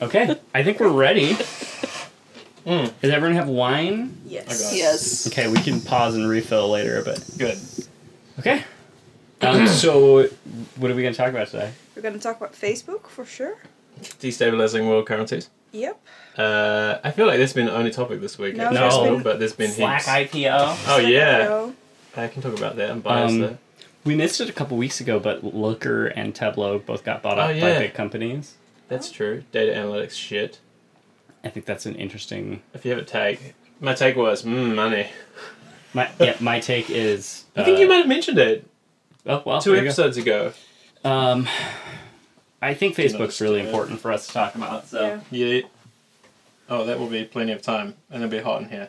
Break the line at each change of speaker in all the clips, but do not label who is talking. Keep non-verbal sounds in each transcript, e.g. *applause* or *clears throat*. Okay, I think we're ready. Does everyone have wine?
Yes.
Yes.
Okay, we can pause and refill later, but
Good.
okay. Um, so, what are we going to talk about today?
We're going to talk about Facebook for sure.
Destabilizing world currencies.
Yep.
Uh, I feel like this has been the only topic this week.
No,
actually,
there's been-
but there's been
Slack
heaps.
IPO.
Oh
Second
yeah,
row.
I can talk about that. I'm biased
Um,
there.
We missed it a couple weeks ago, but Looker and Tableau both got bought up
Oh, yeah.
by big companies.
That's true. Data analytics shit.
I think that's an interesting.
If you have a take, my take was mm, money.
My yeah, my take is.
I think you
uh,
might have mentioned it
Oh well,
two
there you go.
episodes ago.
Um, I think Facebook's really
understand.
important for us to talk about. So
Yeah.
Yeah. Oh, that will be plenty of time, and it'll be hot in here.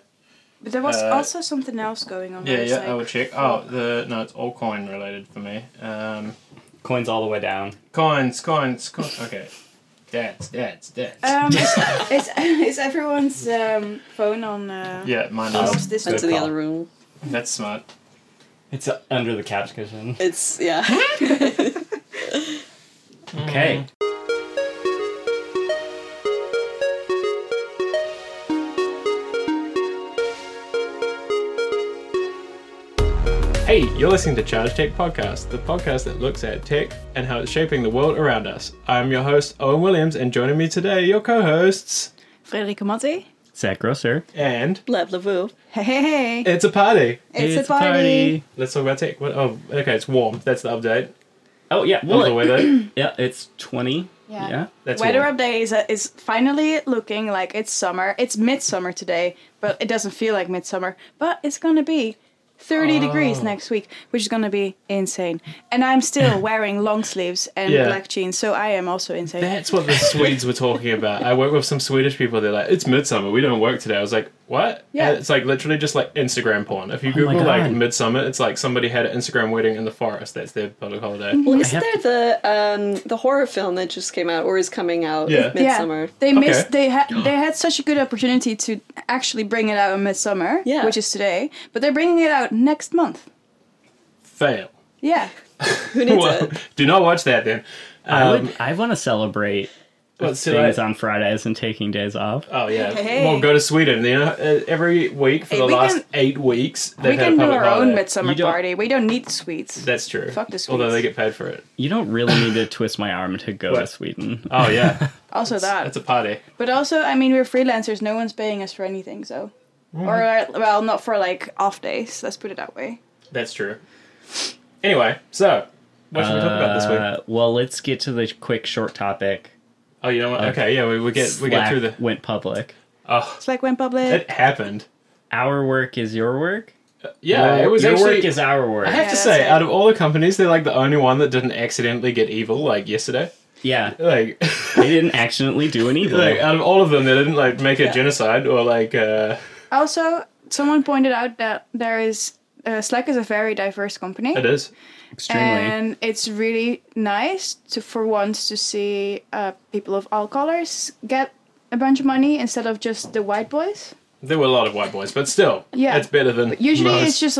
But there was
Uh,
also something else going on.
Yeah,
I was
yeah.
like,
I will check. Oh, the no, it's all coin related for me. Um,
coins all the way down.
coins, coins, coins. Okay. Dads, dads, dads. *laughs*
Um, is, *laughs* is, is everyone's um, phone on? Uh,
yeah, mine
Um,
is.
Close this
Good
one.
Into the
call.
other room.
That's smart.
It's uh, under the couch cushion.
It's yeah.
Hmm?
Okay.
Mm-hmm. Hey, you're listening to Charge Tech Podcast, the podcast that looks at tech and how it's shaping the world around us. I'm your host, Owen Williams, and joining me today, your co hosts,
Frederik Matti.
Zach Grosser.
and
Lab Lavu.
Hey, hey, hey.
it's a party.
It's a party.
Let's talk about tech. What, oh, okay, it's warm. That's the update.
Oh yeah.
Well, the
Well,
*clears throat*
weather.
yeah. It's twenty.
Yeah.
Yeah.
That's
Weather
warm.
update is, uh, is finally looking like it's summer. It's midsummer today, but it doesn't feel like midsummer. But it's gonna be 30
Oh.
degrees next week, which is gonna be insane. And
*laughs*
I'm still wearing long sleeves and
Yeah.
black jeans, so I am also insane.
That's what the Swedes were talking about. I work with some Swedish people. They're like, "It's midsummer. We don't work today." I was like, "What?"
Yeah.
And it's like literally just like Instagram porn.
Oh
If you
my
Google like
God.
midsummer, it's like somebody had an Instagram wedding in the forest. That's their public
Mm.
holiday.
Well, is
I have-
there the um the horror film that just came out or is coming out?
Yeah.
yeah,
Midsummer.
they
Okay.
missed. They
*gasps*
had they had such a good opportunity to actually bring it out in midsummer,
Yeah.
which is today. But they're bringing it out next month.
Fail.
Yeah,
Who needs
Well,
it?
*laughs* do not watch that then.
I
Um,
would. I want to celebrate
what's
things
today?
on Fridays and taking days off.
Oh yeah.
Hey.
Well, go to Sweden. You know, uh, every week for
Hey,
the
we
last
can-
eight weeks, they've
we
had
can
a
do
public
our
holiday.
own midsummer
You don't-
party. We don't need sweets.
That's true.
Fuck the
Although
Swedes.
they get paid for it.
You don't really need to twist my arm to go to
What?
Sweden.
*laughs* Oh
*laughs*
yeah.
Also that.
That's a party.
But also, I mean, we're freelancers. No one's paying us for anything, so. Or uh, well, not for like off days. Let's put it that way.
That's true. Anyway, so what should we talk about this week?
Uh, well, let's get to the quick short topic.
Oh, you know what? Okay, yeah, we, we get we get
Slack
through the.
went public.
Oh,
It's like when public.
it happened.
Our work is your work.
Yeah,
Your-
it was
your
actually.
work is our work.
I have
Yeah,
to
that's
say,
it.
out of all the companies, they're like the only one that didn't accidentally get evil. Like yesterday,
yeah,
like *laughs*
they didn't accidentally do anything.
like uh, out of all of them, they didn't like make a
Yeah.
genocide or like. uh
also, someone pointed out that there is uh, Slack is a very diverse company,
It is.
Extremely.
and it's really nice to for once to see uh, people of all colors get a bunch of money instead of just the white boys.
There were a lot of white boys, but still,
Yeah.
it's better than
Usually,
most.
it's just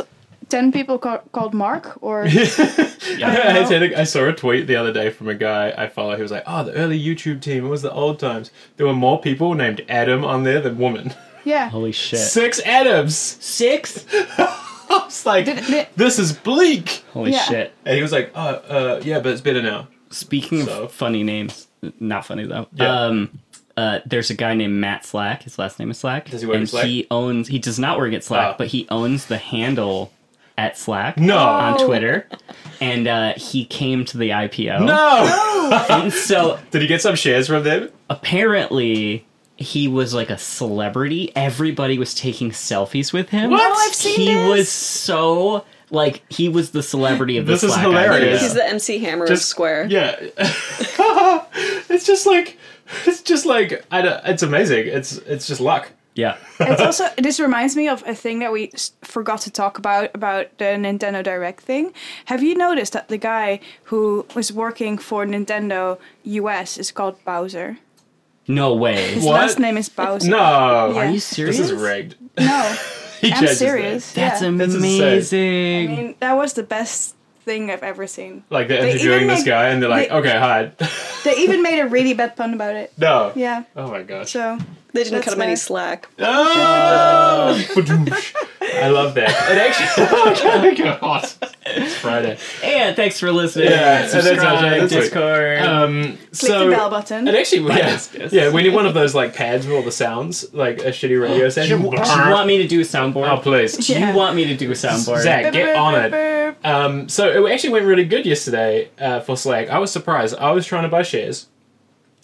ten people ca- called Mark or
*laughs* I,
know.
said- I saw a tweet the other day from a guy I follow who was like, "Oh, the early YouTube team. It was the old times. There were more people named Adam on there than women.
yeah.
Oh,
Holy shit.
Six Adams.
Six?
*laughs* I was like,
Did- did-
this is bleak."
Holy
Yeah.
shit.
And he was like, "Oh, uh, yeah, but it's better now."
Speaking
So-
of funny names, not funny though.
Yeah.
Um, uh, there's a guy named Matt Slack. His last name is Slack.
Does he work
and
at Slack?
He owns. He does not work at Slack,
Oh.
but he owns the handle at Slack
No,
on
Oh.
Twitter, and uh, he came to the IPO.
no.
And so
*laughs* Did he get some shares from them?
apparently he was like a celebrity. Everybody was taking selfies with him.
What?
Oh, I've seen
he
this.
was so like he was the celebrity of the
This is
Slack
hilarious.
IPO.
He's the MC Hammer of Square.
Yeah, *laughs* it's just like, it's just like, I don't, it's amazing. It's it's just luck.
Yeah.
it's also this reminds me of a thing that we s- forgot to talk about about the Nintendo Direct thing. Have you noticed that the guy who was working for Nintendo US is called Bowser?
No way.
His
What?
last
*laughs*
name is Bowser.
No,
Yeah.
Are you serious?
this is rigged.
No,
*laughs* He
I'm
judges that.
serious.
That's
yeah.
That's insane.
amazing.
I mean, that was the best thing I've ever seen.
Like they're
They even
interviewing this
make-
guy and they're like,
they-
okay, hi. *laughs*
They even made a really bad pun about it.
no.
Yeah.
Oh my gosh.
So
They didn't
That's
cut him any
fair.
slack.
Oh! Badoosh. *laughs* I love that. It actually. *laughs* God. It's Friday.
And thanks for listening.
Yeah, and that's our show
subscribe,
this week.
Discord.
Um,
click
so
the bell button.
It actually yeah,
Yes, yes.
yeah. We need one of those like pads with all the sounds, like a shitty
*gasps*
radio
do, you,
session.
do you want me to do a soundboard?
Oh please,
do you
Yeah.
want me to do a soundboard?
Zach,
Burp,
get
burp,
on it.
burp, burp.
Um, so it actually went really good yesterday uh, for Slack. I was surprised. I was trying to buy shares.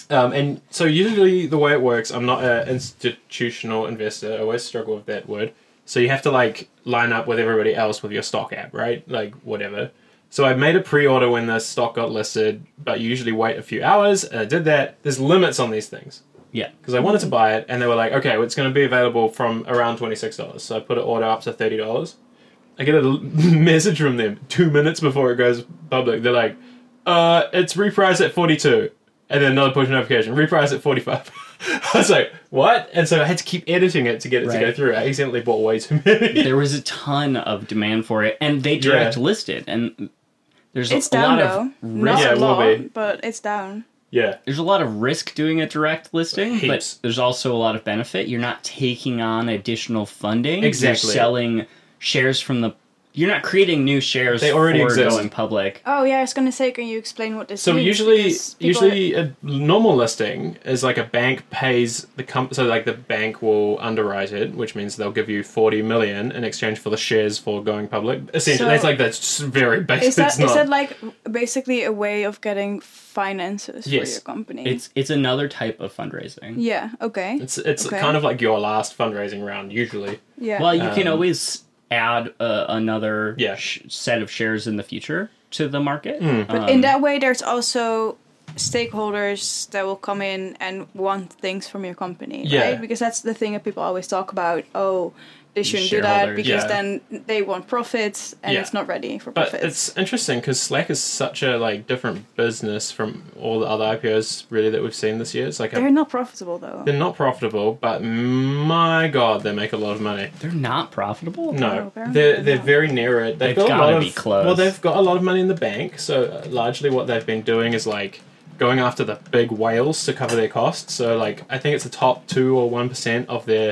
Um, and so usually the way it works, I'm not an institutional investor. I always struggle with that word. So you have to like line up with everybody else with your stock app, right? Like whatever. So I made a pre-order when the stock got listed, but you usually wait a few hours. And I did that. There's limits on these things
Yeah.
because I wanted to buy it, and they were like, okay, well, it's going to be available from around twenty six dollars. So I put an order up to thirty dollars. I get a l- *laughs* message from them two minutes before it goes public. They're like, uh, it's repriced at forty two, and then another push notification, repriced at forty five. *laughs* I was like, what? And so I had to keep editing it to get it to go
Right.
through. I accidentally bought way too many. *laughs*
There was a ton of demand for it, and they direct
Yeah.
listed, and there's
It's
a
down
lot
though.
of
Not
risk.
Yeah,
a
it will be.
lot, but it's down.
yeah,
There's a lot of risk doing a direct listing,
Heaps.
but there's also a lot of benefit. You're not taking on additional funding.
Exactly.
You're selling shares from the. You're not creating new shares.
They already
for
exist.
going public.
Oh yeah, I was gonna say, can you explain what this
So
means?
usually,
Hmm, Because people are-
usually a normal listing is like a bank pays the comp. So like the bank will underwrite it, which means they'll give you forty million in exchange for the shares for going public. Essentially,
So-
that's like that's just very basic. *laughs*
is that
it's
is
not-
that like basically a way of getting finances
Yes.
for your company?
It's it's another type of fundraising.
yeah. Okay.
it's it's
okay.
kind of like your last fundraising round usually.
yeah.
Well, you can
Um,
always add uh, another
Yeah. Hmm.
sh- set of shares in the future to the market. Um,
but
Um,
in that way, there's also stakeholders that will come in and want things from your company,
Yeah.
right? Because that's the thing that people always talk about. Oh, they shouldn't do that
Shareholders.
because
Yeah.
then they want profits and
Yeah.
it's not ready for
But
profits.
it's interesting because Slack is such a like different business from all the other IPOs really that we've seen this year. It's like
They're
a,
not profitable though.
they're not profitable, but my god, they make a lot of money.
They're not profitable.
No,
they're-
they're they're
no.
very near it. They've,
They've
got a
gotta
lot
be
of,
close.
Well, they've got a lot of money in the bank, so uh, largely what they've been doing is like going after the big whales to cover their costs. So like I think it's the top two or one percent of their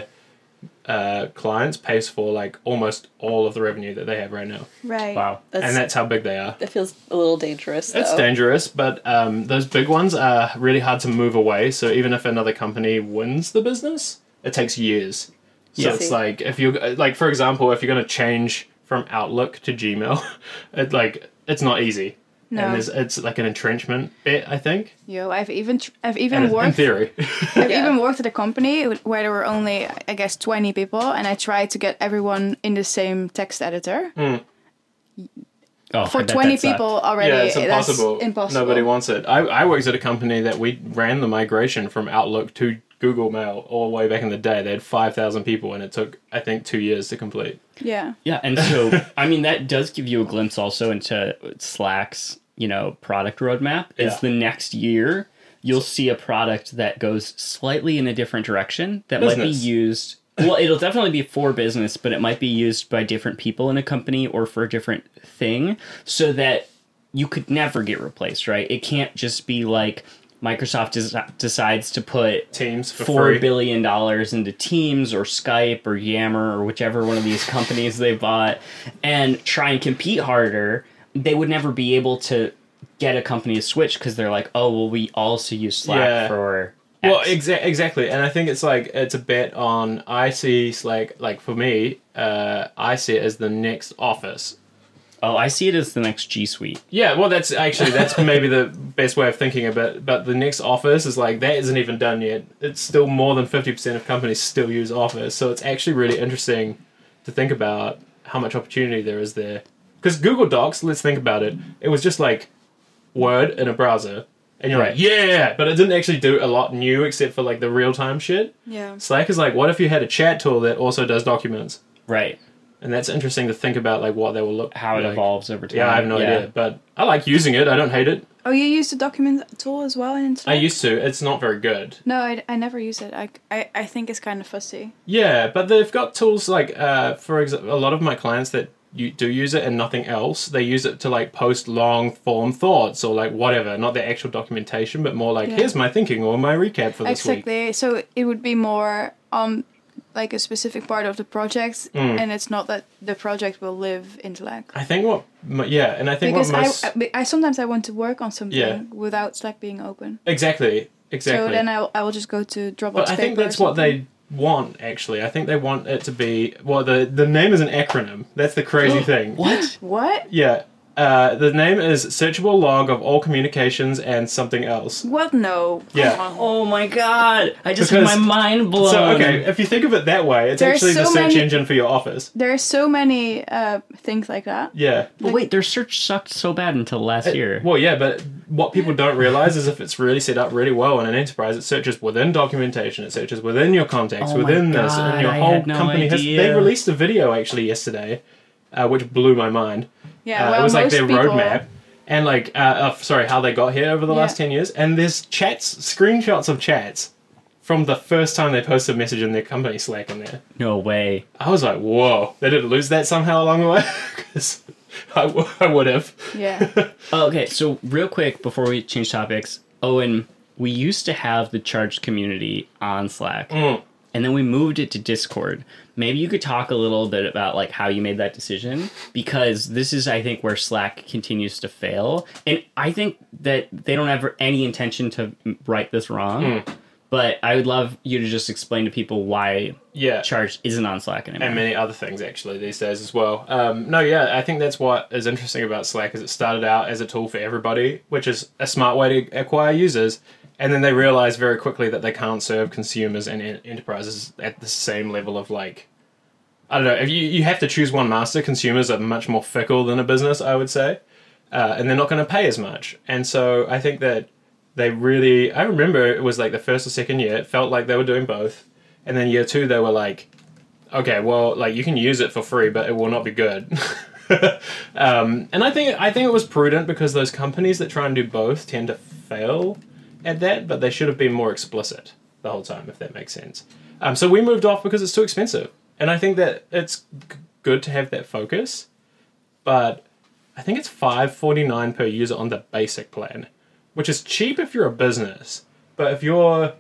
uh, clients pays for like almost all of the revenue that they have right now,
right.
Wow.
That's,
and that's how big they are.
that feels a little dangerous. Though.
It's dangerous, but um, those big ones are really hard to move away. So even if another company wins the business, it takes years. So
Yeah.
it's
See.
like if you like, for example, if you're going to change from Outlook to Gmail, *laughs* it like it's not easy,
No.
and there's, it's like an entrenchment bit, I think.
Yo, I've even tr- I've even
In, in
worked *laughs*
theory, *laughs*
I've
Yeah.
even worked at a company where there were only, I guess, 20 people, and I tried to get everyone in the same text editor.
Mm.
Oh, I
For
bet
20
that sucked.
people already,
yeah, it's
that's
impossible.
impossible.
Nobody wants it. I, I worked at a company that we ran the migration from Outlook to Google Mail all the way back in the day. They had five thousand people, and it took I think two years to complete.
Yeah.
Yeah, and so
*laughs*
I mean that does give you a glimpse also into Slack's, you know, product roadmap. Is
Yeah.
the next year you'll see a product that goes slightly in a different direction that might be
Business.
used well, it'll definitely be for business, but it might be used by different people in a company or for a different thing so that you could never get replaced, right? It can't just be like Microsoft des- decides to put
Teams for
four
free.
billion dollars into Teams or Skype or Yammer or whichever one of these *laughs* companies they bought and try and compete harder, they would never be able to get a company to switch because they're like, oh well, we also use Slack
Yeah.
for X.
Well, exa- exactly, and I think it's like it's a bet on. I see Slack like for me, uh, I see it as the next office.
oh, I see it as the next G Suite.
Yeah, well, that's actually that's maybe the best way of thinking about. it. But the next office is like that isn't even done yet. It's still more than fifty percent of companies still use Office, so it's actually really interesting to think about how much opportunity there is there. Because Google Docs, let's think about it. It was just like Word in a browser, and you're
Right.
like, yeah, but it didn't actually do a lot new except for like the real time shit.
Yeah.
Slack is like, what if you had a chat tool that also does documents?
Right.
And that's interesting to think about, like what they will look
How it
like.
evolves over time.
Yeah, I have no idea, but I like using it. I don't hate it.
Oh, you use the document tool as well in
I
Slack?
used to. It's not very good.
No, I, I never use it. I, I, I think it's kind of fussy.
Yeah, but they've got tools like, uh, for example, a lot of my clients that you do use it and nothing else, they use it to like post long form thoughts or like whatever, not the actual documentation, but more like
Yeah.
here's my thinking or my recap for this week.
Exactly. So it would be more on like a specific part of the project, and it's not that the project will live in Slack.
Mm. I think what, mo- yeah, and I think
Because
what most
I, I, I sometimes I want to work on something
Yeah.
without Slack being open.
exactly, exactly.
So then I, I will just go to Dropbox.
But I think
paper or
that's what
something.
they want. Actually, I think they want it to be well. The the name is an acronym. That's the crazy
*gasps*
thing.
What?
What?
Yeah. Uh, the name is searchable log of all communications and something else.
What? No.
Yeah.
Come on.
Oh my god! I just had my
Because-
mind blown.
So okay, if you think of it that way, it's
There's
actually the
so
search
many-
engine for your office.
There are so many uh, things like that.
Yeah.
But wait, their search sucked so bad until last year.
Well, yeah, but what people don't realize is if it's really set up really well in an enterprise, it searches within documentation, it searches within your contacts,
Oh my
within this, and
God,
your
I
whole
had no
company. Has,
idea.
they released a video actually yesterday, uh, which blew my mind.
Yeah.
uh,
well,
it was like
most
their
people,
roadmap and like uh, uh, sorry how they got here over the
Yeah.
last 10 years and there's chats screenshots of chats from the first time they posted a message in their company slack on there
no way.
i was like whoa they didn't lose that somehow along the way *laughs* because I, w- I would have
Yeah.
*laughs*
Okay, so real quick before we change topics, Owen, we used to have the charged community on Slack, and then we moved it to Discord. Maybe you could talk a little bit about like how you made that decision because this is, I think, where Slack continues to fail, and I think that they don't have any intention to right this wrong. But I would love you to just explain to people why
yeah
charged isn't on Slack anymore.
and many other things actually these days as well. Um, no, yeah, I think that's what is interesting about Slack is it started out as a tool for everybody, which is a smart way to acquire users, and then they realize very quickly that they can't serve consumers and en- enterprises at the same level of like. I don't know. If you, you have to choose one master, consumers are much more fickle than a business, I would say, uh, and they're not going to pay as much. And so I think that they really. I remember it was like the first or second year. It felt like they were doing both, and then year two they were like, okay, well, like you can use it for free, but it will not be good. *laughs* um, and I think I think it was prudent because those companies that try and do both tend to fail at that, but they should have been more explicit the whole time, if that makes sense. Um, so we moved off because it's too expensive, and I think that it's g- good to have that focus, but I think it's five forty nine per user on the basic plan, which is cheap if you're a business, but if you're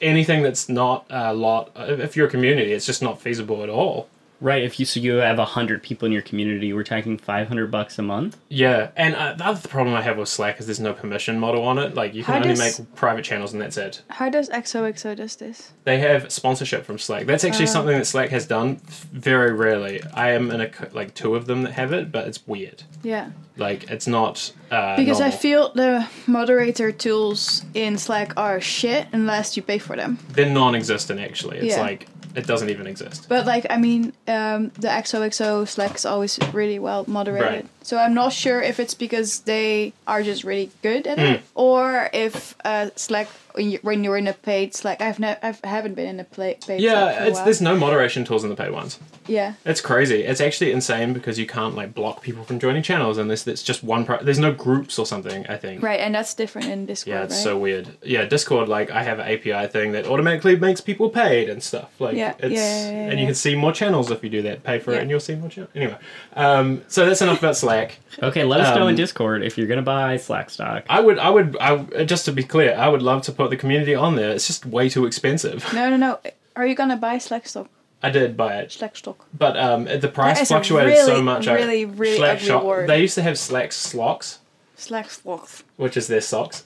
anything that's not a lot if you're a community it's just not feasible at all
Right? If you so you have hundred people in your community, we're talking five hundred bucks a month.
yeah and uh, the other problem i have with slack is there's no permission model on it like you can
How
only
does-
make private channels and that's it
How does XOXO does this?
they have sponsorship from slack that's
Oh.
actually something that slack has done very rarely i am in a c- like two of them that have it but it's weird
Yeah.
like it's not uh,
Because I
normal.
feel the moderator tools in Slack are shit unless you pay for them.
they're non-existent actually it's
Yeah.
like it doesn't even exist
But like, I mean, um, the XOXO Slack is always really well moderated.
Right.
So I'm not sure if it's because they are just really good at
Hmm.
it, or if uh, Slack when you- when you're in a paid Slack. I've no, I've, I haven't been in a pla- paid. Slack for
yeah
a
it's,
while.
there's no moderation tools in the paid ones
Yeah,
It's crazy. It's actually insane because you can't like block people from joining channels unless it's just one. Pro- There's no groups or something. I think.
right, and that's different in Discord,
Yeah, it's
right?
so weird. Yeah, Discord. Like, I have an API thing that automatically makes people paid and stuff. Like,
Yeah,
it's
yeah, yeah, yeah,
and you
yeah.
can see more channels if you do that. Pay for it,
Yeah.
and you'll see more channels. Anyway, um, so that's enough about Slack.
Okay, let us know
Um,
in Discord if you're gonna buy Slack stock.
I would, I would, I just to be clear, I would love to put the community on there. It's just way too expensive. *laughs*
no, no, no. Are you gonna buy Slack stock?
I did buy it.
Slack stock.
But um, the
That
price
is a
fluctuated so
really,
much.
really, really ugly word.
They used to have Slack slocks,
Slack stock.
which is their socks.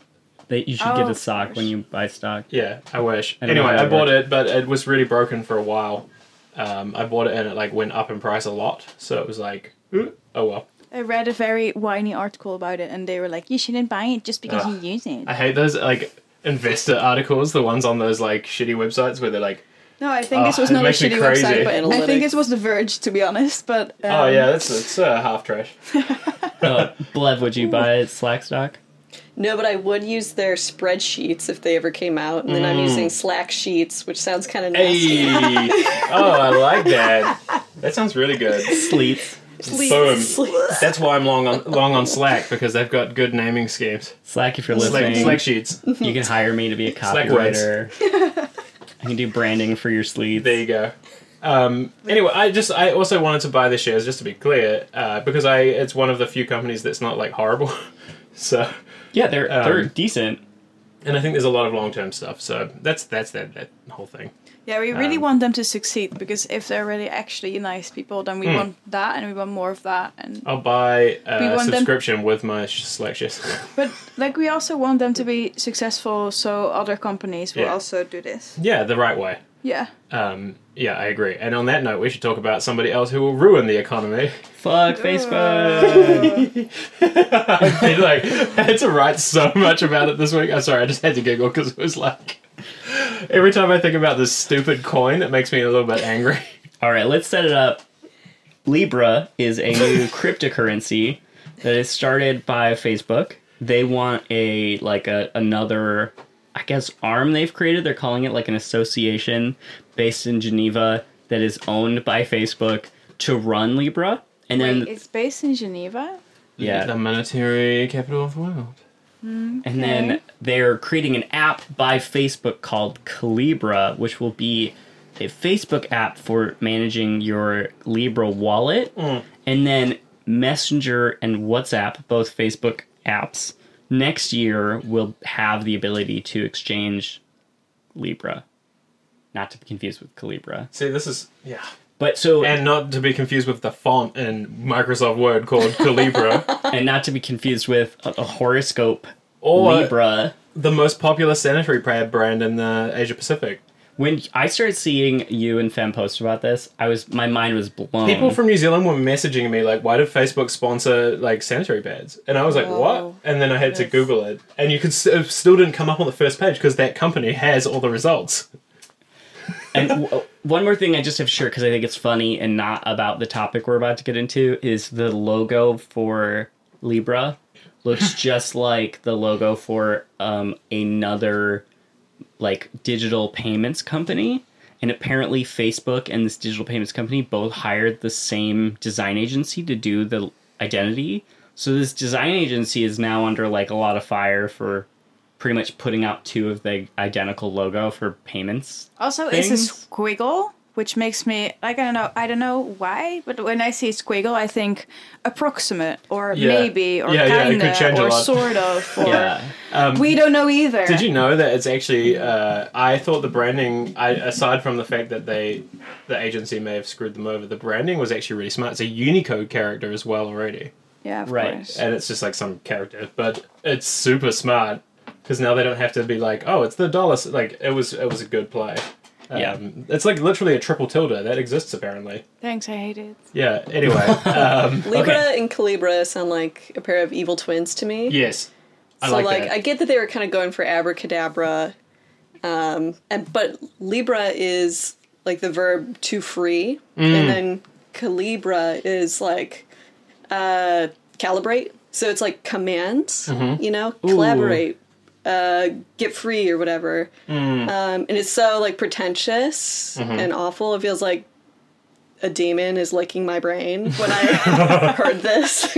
That you should
Oh,
get a
of
sock when
course.
you buy stock.
Yeah, I wish.
I don't know
anyway,
how that
I bought it, but it was really broken for a while. Um, I bought it and it like went up in price a lot, so it was like, "Ooh, oh well.
I read a very whiny article about it, and they were like, "You shouldn't buy it just because
Ugh.
you use it."
I hate those like investor articles, the ones on those like shitty websites where they're like,
*laughs* No, I think
Oh,
this was
it
not a
makes me
shitty
crazy.
website, but I think
Analytics.
it was The Verge, to be honest. But um,
oh yeah, that's that's uh, half trash.
Uh, Blev, would you buy Slack stock?
No, but I would use their spreadsheets if they ever came out, and then I'm using Slack sheets, which sounds kind of nasty.
Mm. Hey,
*laughs*
oh, I like that. That sounds really good.
Sleets.
Please,
Boom.
please.
That's why I'm long on long on Slack because they've got good naming schemes.
Slack, if you're
Slack,
listening,
Slack sheets.
you can hire me to be a
Slack words.
copywriter. I can do branding for your sleeves.
There you go. Um, anyway, I just I also wanted to buy the shares just to be clear uh, because I it's one of the few companies that's not like horrible. *laughs* so
Yeah, they're
Um,
they're decent.
and I think there's a lot of long term stuff. So that's that's that that whole thing.
Yeah, we really
Um,
want them to succeed because if they're really actually nice people, then we
Hmm.
want that and we want more of that. And
I'll buy
We
a
want them-
subscription with my sh- Slack shares. *laughs*
but like we also want them to be successful, so other companies will
Yeah.
also do this.
yeah, the right way.
Yeah.
Um, yeah, I agree. And on that note, we should talk about somebody else who will ruin the economy. *laughs*
Fuck Facebook.
I've been like, I had to write so much about it this week. I'm sorry, I just had to giggle because it was like, every time I think about this stupid coin, it makes me a little bit angry. *laughs*
All right, let's set it up. Libra is a new cryptocurrency that is started by Facebook. They want a like a another I guess arm they've created. They're calling it like an association based in Geneva that is owned by Facebook to run Libra. And then
Wait, it's based in Geneva.
yeah,
the monetary capital of the world.
And then they're creating an app by Facebook called Calibra, which will be a Facebook app for managing your Libra wallet.
Mm.
And then Messenger and WhatsApp, both Facebook apps, next year will have the ability to exchange Libra. Not to be confused with Calibra.
See, this is yeah,
But so
and not to be confused with the font in Microsoft
*laughs*
Word called Calibra,
and not to be confused with a, a horoscope
or
Libra.
the most popular sanitary pad brand in the Asia Pacific.
When I started seeing you and Fem post about this, I was my mind was blown.
People from New Zealand were messaging me like, "Why did Facebook sponsor like sanitary pads?" And I was like, "What?"
Oh,
Whoa.
And then I had to
Yes.
Google it, and you could s- it still didn't come up on the first page because that company has all the results.
and w- one more thing I just have to share because I think it's funny and not about the topic we're about to get into is the logo for Libra looks just like the logo for um, another like digital payments company. And apparently, Facebook and this digital payments company both hired the same design agency to do the identity. So this design agency is now under like a lot of fire for pretty much putting out two of the identical logo for payments
Also,
Things-
it's a squiggle, which makes me like I don't know, I don't know why, but when I see squiggle, I think approximate or
Yeah.
maybe or
Yeah, yeah, it could
kinda
change a
or
lot. *laughs*
sort of or
Yeah.
we don't know either.
Did you know that it's actually? Uh, I thought the branding, I, aside from the fact that they, the agency may have screwed them over, the branding was actually really smart. It's a Unicode character as well already,
Yeah, of
Right.
course.
and it's just like some character, but it's super smart because now they don't have to be like, oh, it's the dollar. s-" Like it was, it was a good play.
Yeah.
Um, it's like literally a triple tilde that exists apparently.
Thanks, I hate it.
Yeah.
*laughs*
Anyway. um,
Libra and Calibra sound like a pair of evil twins to me.
yes. I
so
like,
like,
that.
I get that they were kind of going for abracadabra, um, and but Libra is like the verb to free,
Mm.
and then Calibra is like uh, calibrate. So it's like commands,
Mm-hmm.
you know, collaborate, uh, get free or whatever.
Mm.
Um, and it's so like pretentious
Mm-hmm.
and awful. It feels like a demon is licking my brain when
*laughs*
I heard this.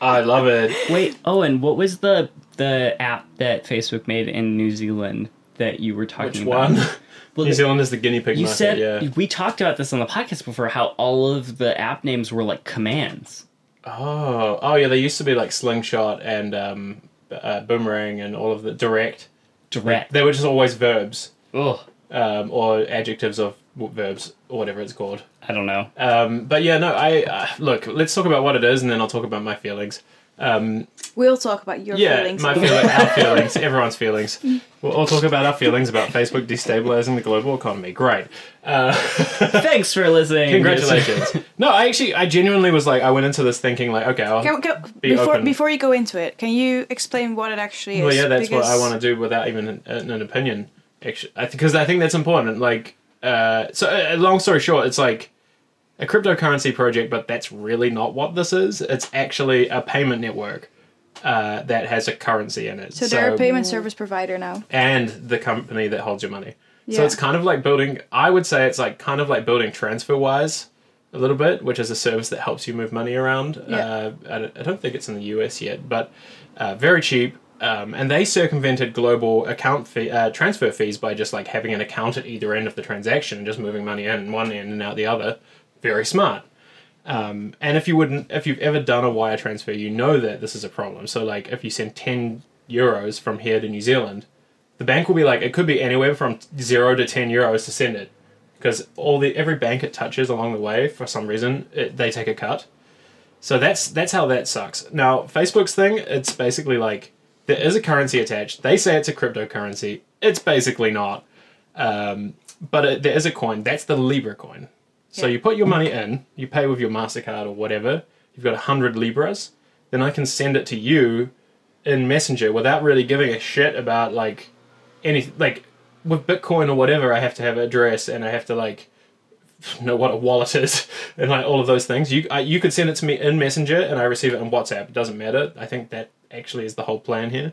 I
*laughs*
love it.
Wait, Owen, what was the the app that Facebook made in New Zealand that you were talking
Which
about?
one?
Well,
New Zealand is the guinea pig
You
market.
said
yeah.
we talked about this on the podcast before how all of the app names were like commands.
Oh, oh yeah, they used to be like slingshot and um, uh, boomerang and all of the direct.
Direct.
They were just always verbs
Ugh,
um, or adjectives of w- verbs or whatever it's called.
I don't know.
Um, but yeah, no, I uh, look. Let's talk about what it is, and then I'll talk about my feelings. Um,
We'll talk about your
yeah,
feelings.
my feelings, our feelings, everyone's feelings. We'll all talk about our feelings about Facebook destabilizing the global economy. Great.
Thanks for listening.
Congratulations. no, I actually, I genuinely was like, I went into this thinking like, okay, I'll,
Can- can-
Be
before
open.
before you go into it, can you explain what it actually is?
Well, yeah, that's what I
Because-
want to do without even an, an an opinion. Actually, because I, think that's important. Like, uh, so uh, long story short, it's like a cryptocurrency project, but that's really not what this is. It's actually a payment network uh, that has a currency in it.
So they're a payment service provider now.
and the company that holds your money. So
Yeah.
it's kind of like building. I would say it's like kind of like building TransferWise a little bit, which is a service that helps you move money around.
Yeah.
Uh, I, don't, I don't think it's in the US yet, but uh, very cheap. Um, and they circumvented global account fee, uh, transfer fees by just like having an account at either end of the transaction and just moving money in one end and out the other. Very smart. Um, and if you wouldn't, if you've ever done a wire transfer, you know that this is a problem. So like, if you send ten euros from here to New Zealand, the bank will be like, it could be anywhere from zero to ten euros to send it, because all the every bank it touches along the way, for some reason, it, they take a cut. So that's that's how that sucks. Now Facebook's thing, it's basically like there is a currency attached. They say it's a cryptocurrency. It's basically not, um, but it, there is a coin. That's the Libra coin. So
Yeah.
you put your money in, you pay with your Mastercard or whatever. You've got hundred libras. Then I can send it to you in Messenger without really giving a shit about like any like with Bitcoin or whatever. I have to have an address and I have to like know what a wallet is *laughs* and like all of those things. You I, you could send it to me in Messenger and I receive it on WhatsApp. It doesn't matter. I think that actually is the whole plan here.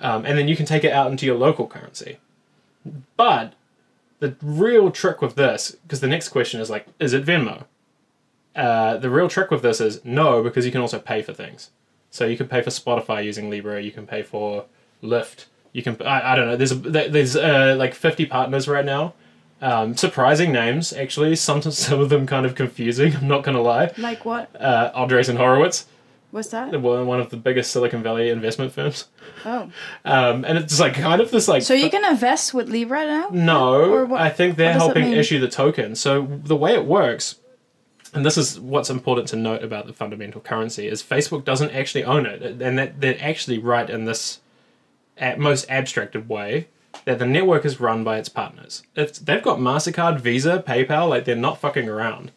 Um, and then you can take it out into your local currency. But the real trick with this, because the next question is like, is it Venmo? Uh, the real trick with this is no, because you can also pay for things. So you can pay for Spotify using Libra. You can pay for Lyft. You can I, I don't know. There's a, there- there's uh, like 50 partners right now. Um, surprising names actually. Some some of them kind of confusing. *laughs* I'm not gonna lie.
Like what
Uh, Andres and Horowitz,
was that?
one one of the biggest Silicon Valley investment firms.
Oh,
Um, and it's like kind of this like
so you can invest with Libra now?
Mm.
Or
no,
what-
I think they're
what does that
helping
mean?
issue the token. So the way it works, and this is what's important to note about the fundamental currency, is Facebook doesn't actually own it, and that they're actually right in this at most abstracted way that the network is run by its partners. It's, they've got Mastercard, Visa, PayPal, like they're not fucking around.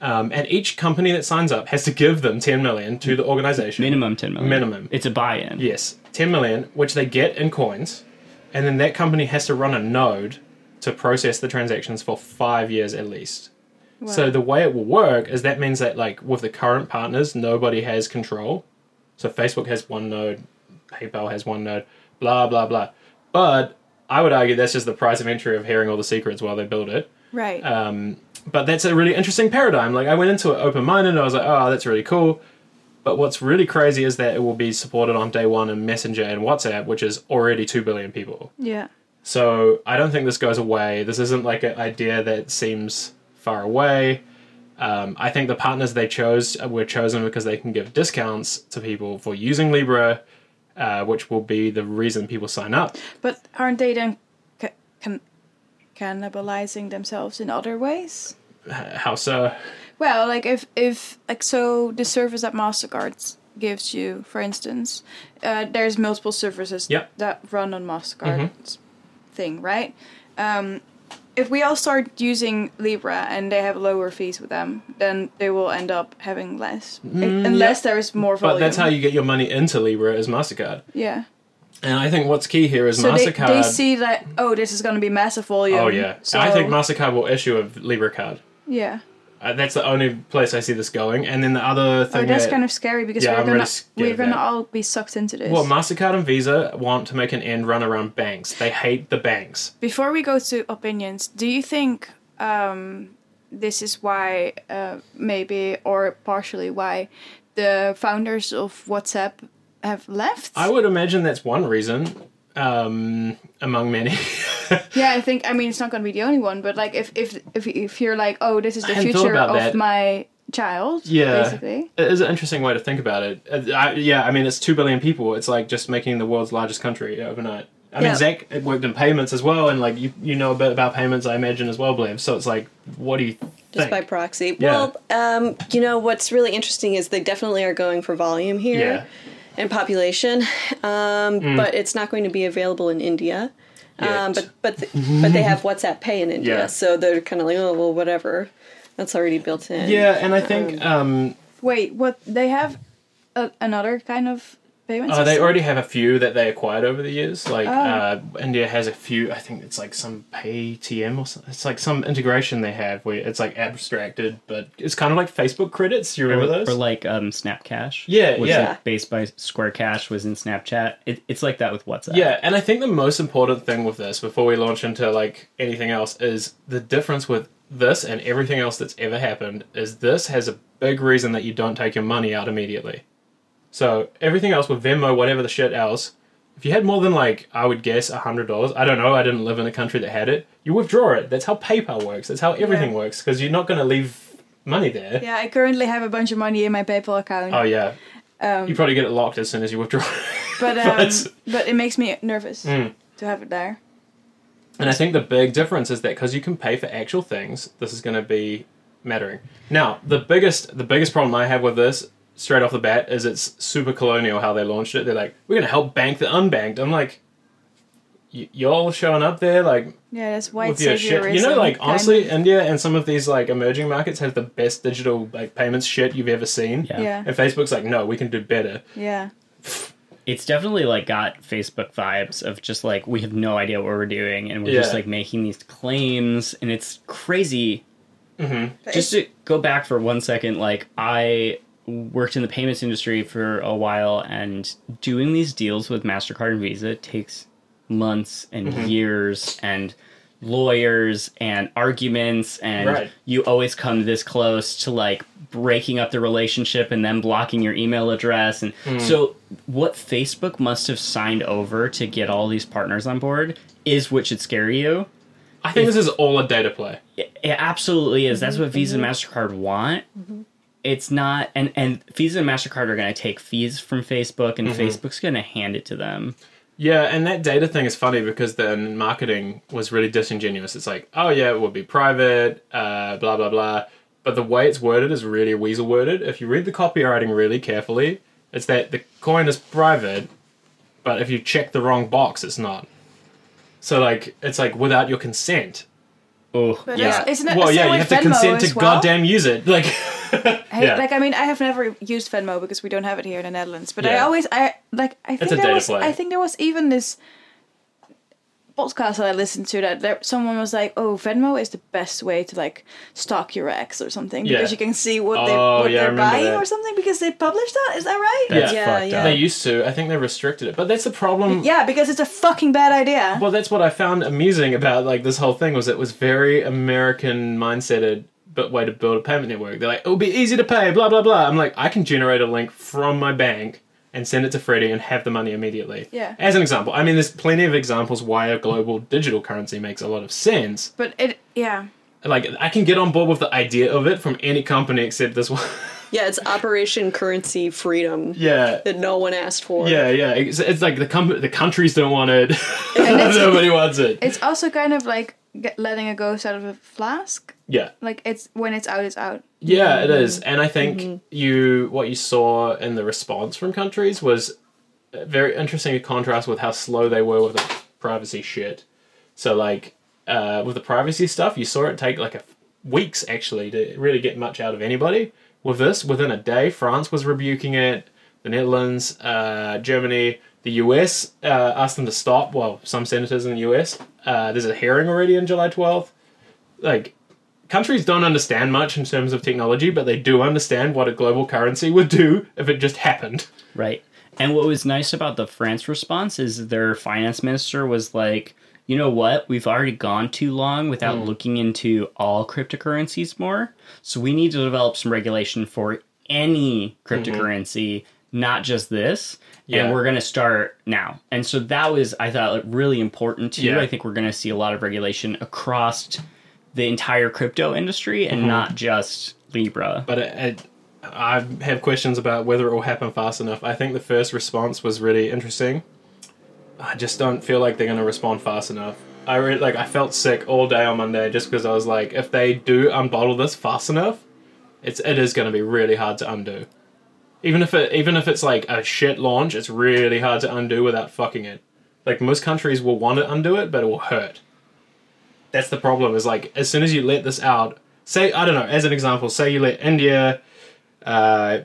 Um, and each company that signs up has to give them 10 million to the organization.
*laughs* Minimum 10 million.
Minimum.
It's a buy in.
Yes, 10 million, which they get in coins, and then that company has to run a node to process the transactions for five years at least. So the way it will work is that means that, like, with the current partners, nobody has control. So Facebook has one node, PayPal has one node, blah, blah, blah. But I would argue that's just the price of entry of hearing all the secrets while they build it.
Right.
Um, but that's a really interesting paradigm. Like I went into it open minded, and I was like, oh, that's really cool. But what's really crazy is that it will be supported on day one in Messenger and WhatsApp, which is already two billion people.
yeah.
So I don't think this goes away. This isn't like an idea that seems far away. Um, I think the partners they chose were chosen because they can give discounts to people for using Libra, uh, which will be the reason people sign up.
But aren't they then ca- can cannibalizing themselves in other ways?
How so?
Well, like if if like so the service that Mastercard gives you, for instance, uh, there's multiple services
Yep. Mm-hmm.
that run on Mastercard's thing, right? Um, if we all start using Libra and they have lower fees with them, then they will end up having less, un- unless there is more
Mm, But
volume.
that's how you get your money into Libra is Mastercard.
yeah.
And I think what's key here is
So they,
Mastercard.
they see that oh, this is going to be massive volume.
oh yeah,
So
I think Mastercard will issue a Libra card.
yeah.
Uh, that's the only place I see this going. And then the other thing
Oh, that's
that-
kind of scary because
Yeah,
we're
I'm
gonna
really scared
we're
of
gonna
that.
all be sucked into this.
well, Mastercard and Visa want to make an end run around banks. They hate the banks.
Before we go to opinions, do you think um, this is why, uh, maybe or partially why, the founders of WhatsApp have left?
I would imagine that's one reason um, among many.
yeah, I think. I mean, it's not going to be the only one, but like, if if if, if you're like, oh, this is the
hadn't thought
future
about
of
that.
my
*laughs*
child,
yeah,
basically.
it is an interesting way to think about it. Uh, I, yeah, I mean it's two billion people. It's like just making the world's largest country overnight. I mean,
Yeah.
Zach worked in payments as well, and like you, you know a bit about payments, I imagine as well, Blair. So it's like, what do you
just
think?
by proxy.
Yeah.
Well, um, you know what's really interesting is they definitely are going for volume here
Yeah. Mm.
and population, um, but it's not going to be available in India. Um,
Yet.
but but th- but they have WhatsApp Pay in India,
Yeah.
so they're kind of like oh well whatever, that's already built in.
Yeah, and I think um,
Wait, what? They have a, another kind of payment.
uh, they
system?
already have a few that they acquired over the years. Like uh, India has a few. I think it's like some PayTM or something. It's like some integration they have where it's like abstracted, but it's kind of like Facebook credits. You
Or,
remember those?
or like um, Snapcash.
Yeah,
which
yeah.
Like based by Square Cash was in Snapchat. It, it's like that with WhatsApp.
yeah, and I think the most important thing with this, before we launch into like anything else, is the difference with this and everything else that's ever happened is this has a big reason that you don't take your money out immediately. So everything else with Venmo, whatever the shit else, If you had more than like I would guess hundred dollars, I don't know, I didn't live in a country that had it. You withdraw it. That's how PayPal works. That's how everything works because you're not going to leave money there.
Yeah, I currently have a bunch of money in my PayPal account.
Oh yeah,
um,
you probably get it locked as soon as you withdraw. *laughs*
but, um,
but-
but it makes me nervous
Mm.
to have it there.
And I think the big difference is that because you can pay for actual things, this is going to be mattering. Now, the biggest the biggest problem I have with this straight off the bat is it's super colonial how they launched it. They're like, we're going to help bank the unbanked. I'm like, y- y'all showing up there like
Yeah, that's white
with your shit.
saviorism.
You know, like
kind
honestly,
of.
India and some of these like emerging markets have the best digital like payments shit you've ever seen.
Yeah.
Yeah,
And Facebook's like, no, we can do better.
yeah,
It's definitely like got Facebook vibes of just like we have no idea what we're doing and we're just
Yeah.
like making these claims and it's crazy
Mm-hmm.
But
just to go back for one second, like I worked in the payments industry for a while, and doing these deals with Mastercard and Visa takes months and years and lawyers and arguments and
Right.
you always come this close to like breaking up the relationship and then blocking your email address and so what facebook must have signed over to get all these partners on board is what should scare you
I think this is all a data play.
it it absolutely is.
Mm-hmm,
That's what Visa and Mastercard want. It's not, and and Visa and Mastercard are going to take fees from Facebook, and Facebook's going to hand it to them.
Yeah, and that data thing is funny because then marketing was really disingenuous. It's like, oh yeah, it will be private, uh, blah blah blah. But the way it's worded is really weasel worded. If you read the copywriting really carefully, it's that the coin is private, but if you check the wrong box, it's not. So like, it's like without your consent.
Oh,
but
yeah.
it's, isn't it
well,
the same
yeah, you have
with
to
Venmo
consent
as
to
well?
goddamn use it. Like,
Hey,
yeah,
Like I mean, I have never used Venmo because we don't have it here in the Netherlands. But I
Yeah.
always, I like, I think
a
there
data
was,
play.
I think there was even this podcast that I listened to that there, someone was like, "Oh, Venmo is the best way to like stalk your ex or something because
Yeah.
you can see what they
Oh,
what
yeah, I
they're
remember
buying
that.
or something because they published that. Is that right?
Yeah.
That's
Yeah,
fucked
yeah.
up.
they used to. I think they restricted it, but that's the problem.
Yeah, because it's a fucking bad idea.
Well, that's what I found amusing about like this whole thing was it was very American mindseted, but way to build a payment network. They're like, it'll be easy to pay, blah blah blah. I'm like, I can generate a link from my bank and send it to Freddie and have the money immediately.
Yeah.
As an example, I mean, there's plenty of examples why a global digital currency makes a lot of sense.
But it, yeah,
Like, I can get on board with the idea of it from any company except this one. *laughs*
Yeah, it's Operation Currency Freedom
yeah.
that no one asked for.
Yeah, yeah. It's, it's like the com- the countries don't want it. *laughs* Nobody wants it.
it's also kind of like get- letting it go out of a flask.
Yeah.
Like it's when it's out, it's out.
Yeah, it is, and I think you what you saw in the response from countries was a very interesting in contrast with how slow they were with the privacy shit. So, like uh, with the privacy stuff, you saw it take like a, weeks actually to really get much out of anybody. With this, within a day, France was rebuking it. The Netherlands, uh, Germany, the U.S. Uh, asked them to stop. Well, some senators in the U.S. Uh, there's a hearing already on July 12th. Like countries don't understand much in terms of technology, but they do understand what a global currency would do if it just happened.
Right. And what was nice about the France response is their finance minister was like, you know what? We've already gone too long without
Mm.
looking into all cryptocurrencies more. So we need to develop some regulation for any cryptocurrency, not just this.
Mm-hmm. Yeah.
And we're going to start now. And so that was, I thought, like, really important too.
Yeah.
I think we're going to see a lot of regulation across the entire crypto industry and
Mm-hmm.
not just Libra.
But it, it, I have questions about whether it will happen fast enough. I think the first response was really interesting. I just don't feel like they're going to respond fast enough. I re- like I felt sick all day on Monday just because I was like, if they do unbottle this fast enough, it's it is going to be really hard to undo. Even if it even if it's like a shit launch, it's really hard to undo without fucking it. Like most countries will want to undo it, but it will hurt. That's the problem. Is like as soon as you let this out, say I don't know. As an example, say you let India, uh,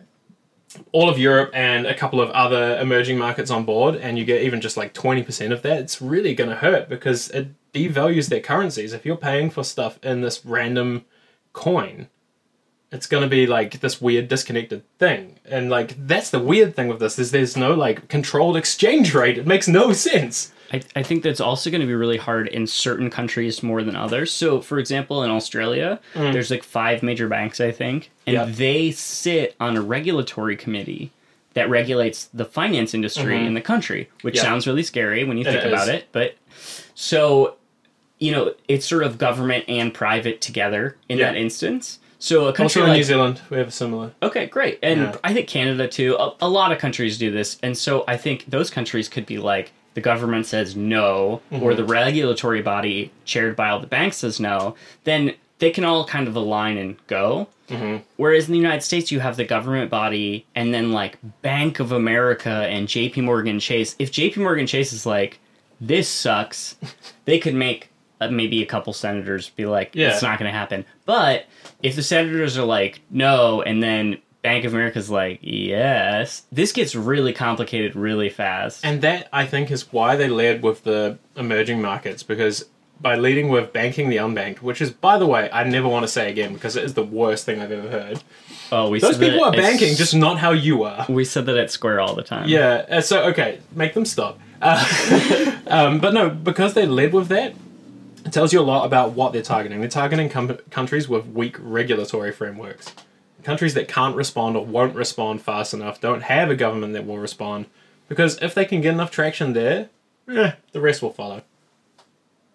all of Europe, and a couple of other emerging markets on board, and you get even just like twenty percent of that, it's really going to hurt because it devalues their currencies. If you're paying for stuff in this random coin, it's going to be like this weird disconnected thing, and like that's the weird thing with this is there's no like controlled exchange rate. It makes no sense.
I, I think that's also going to be really hard in certain countries more than others. So, for example, in Australia,
Mm.
there's like five major banks, I think, and
Yeah.
they sit on a regulatory committee that regulates the finance industry in the country, which
Yeah.
sounds really scary when you
Mm-hmm. It
think about
is.
it. But so, you know, it's sort of government and private together in
Yeah.
that instance. So a country
Also in
like
New Zealand, we have a similar.
Okay, great. And
Yeah.
I think Canada too. A, a lot of countries do this, and so I think those countries could be like the government says no,
Mm-hmm.
or the regulatory body chaired by all the banks says no. Then they can all kind of align and go.
Mm-hmm.
Whereas in the United States, you have the government body, and then like Bank of America and J.P. Morgan Chase. If J.P. Morgan Chase is like, this
*laughs*
sucks, they could make. uh, Maybe a couple senators be like,
Yeah.
it's not going to happen. But if the senators are like no and then bank of america's like yes this gets really complicated really fast
And that, I think, is why they led with the emerging markets because by leading with banking the unbanked, which is, by the way, I never want to say again because it is the worst thing I've ever heard.
oh we
Those
said
people are
that it's-
banking, just not how you are.
*laughs* we said that at square all the time
Yeah. uh, So okay, make them stop. Uh, *laughs* um, but no, because they led with that, it tells you a lot about what they're targeting. They're targeting com- countries with weak regulatory frameworks, countries that can't respond or won't respond fast enough, don't have a government that will respond. Because if they can get enough traction there, eh, the rest will follow.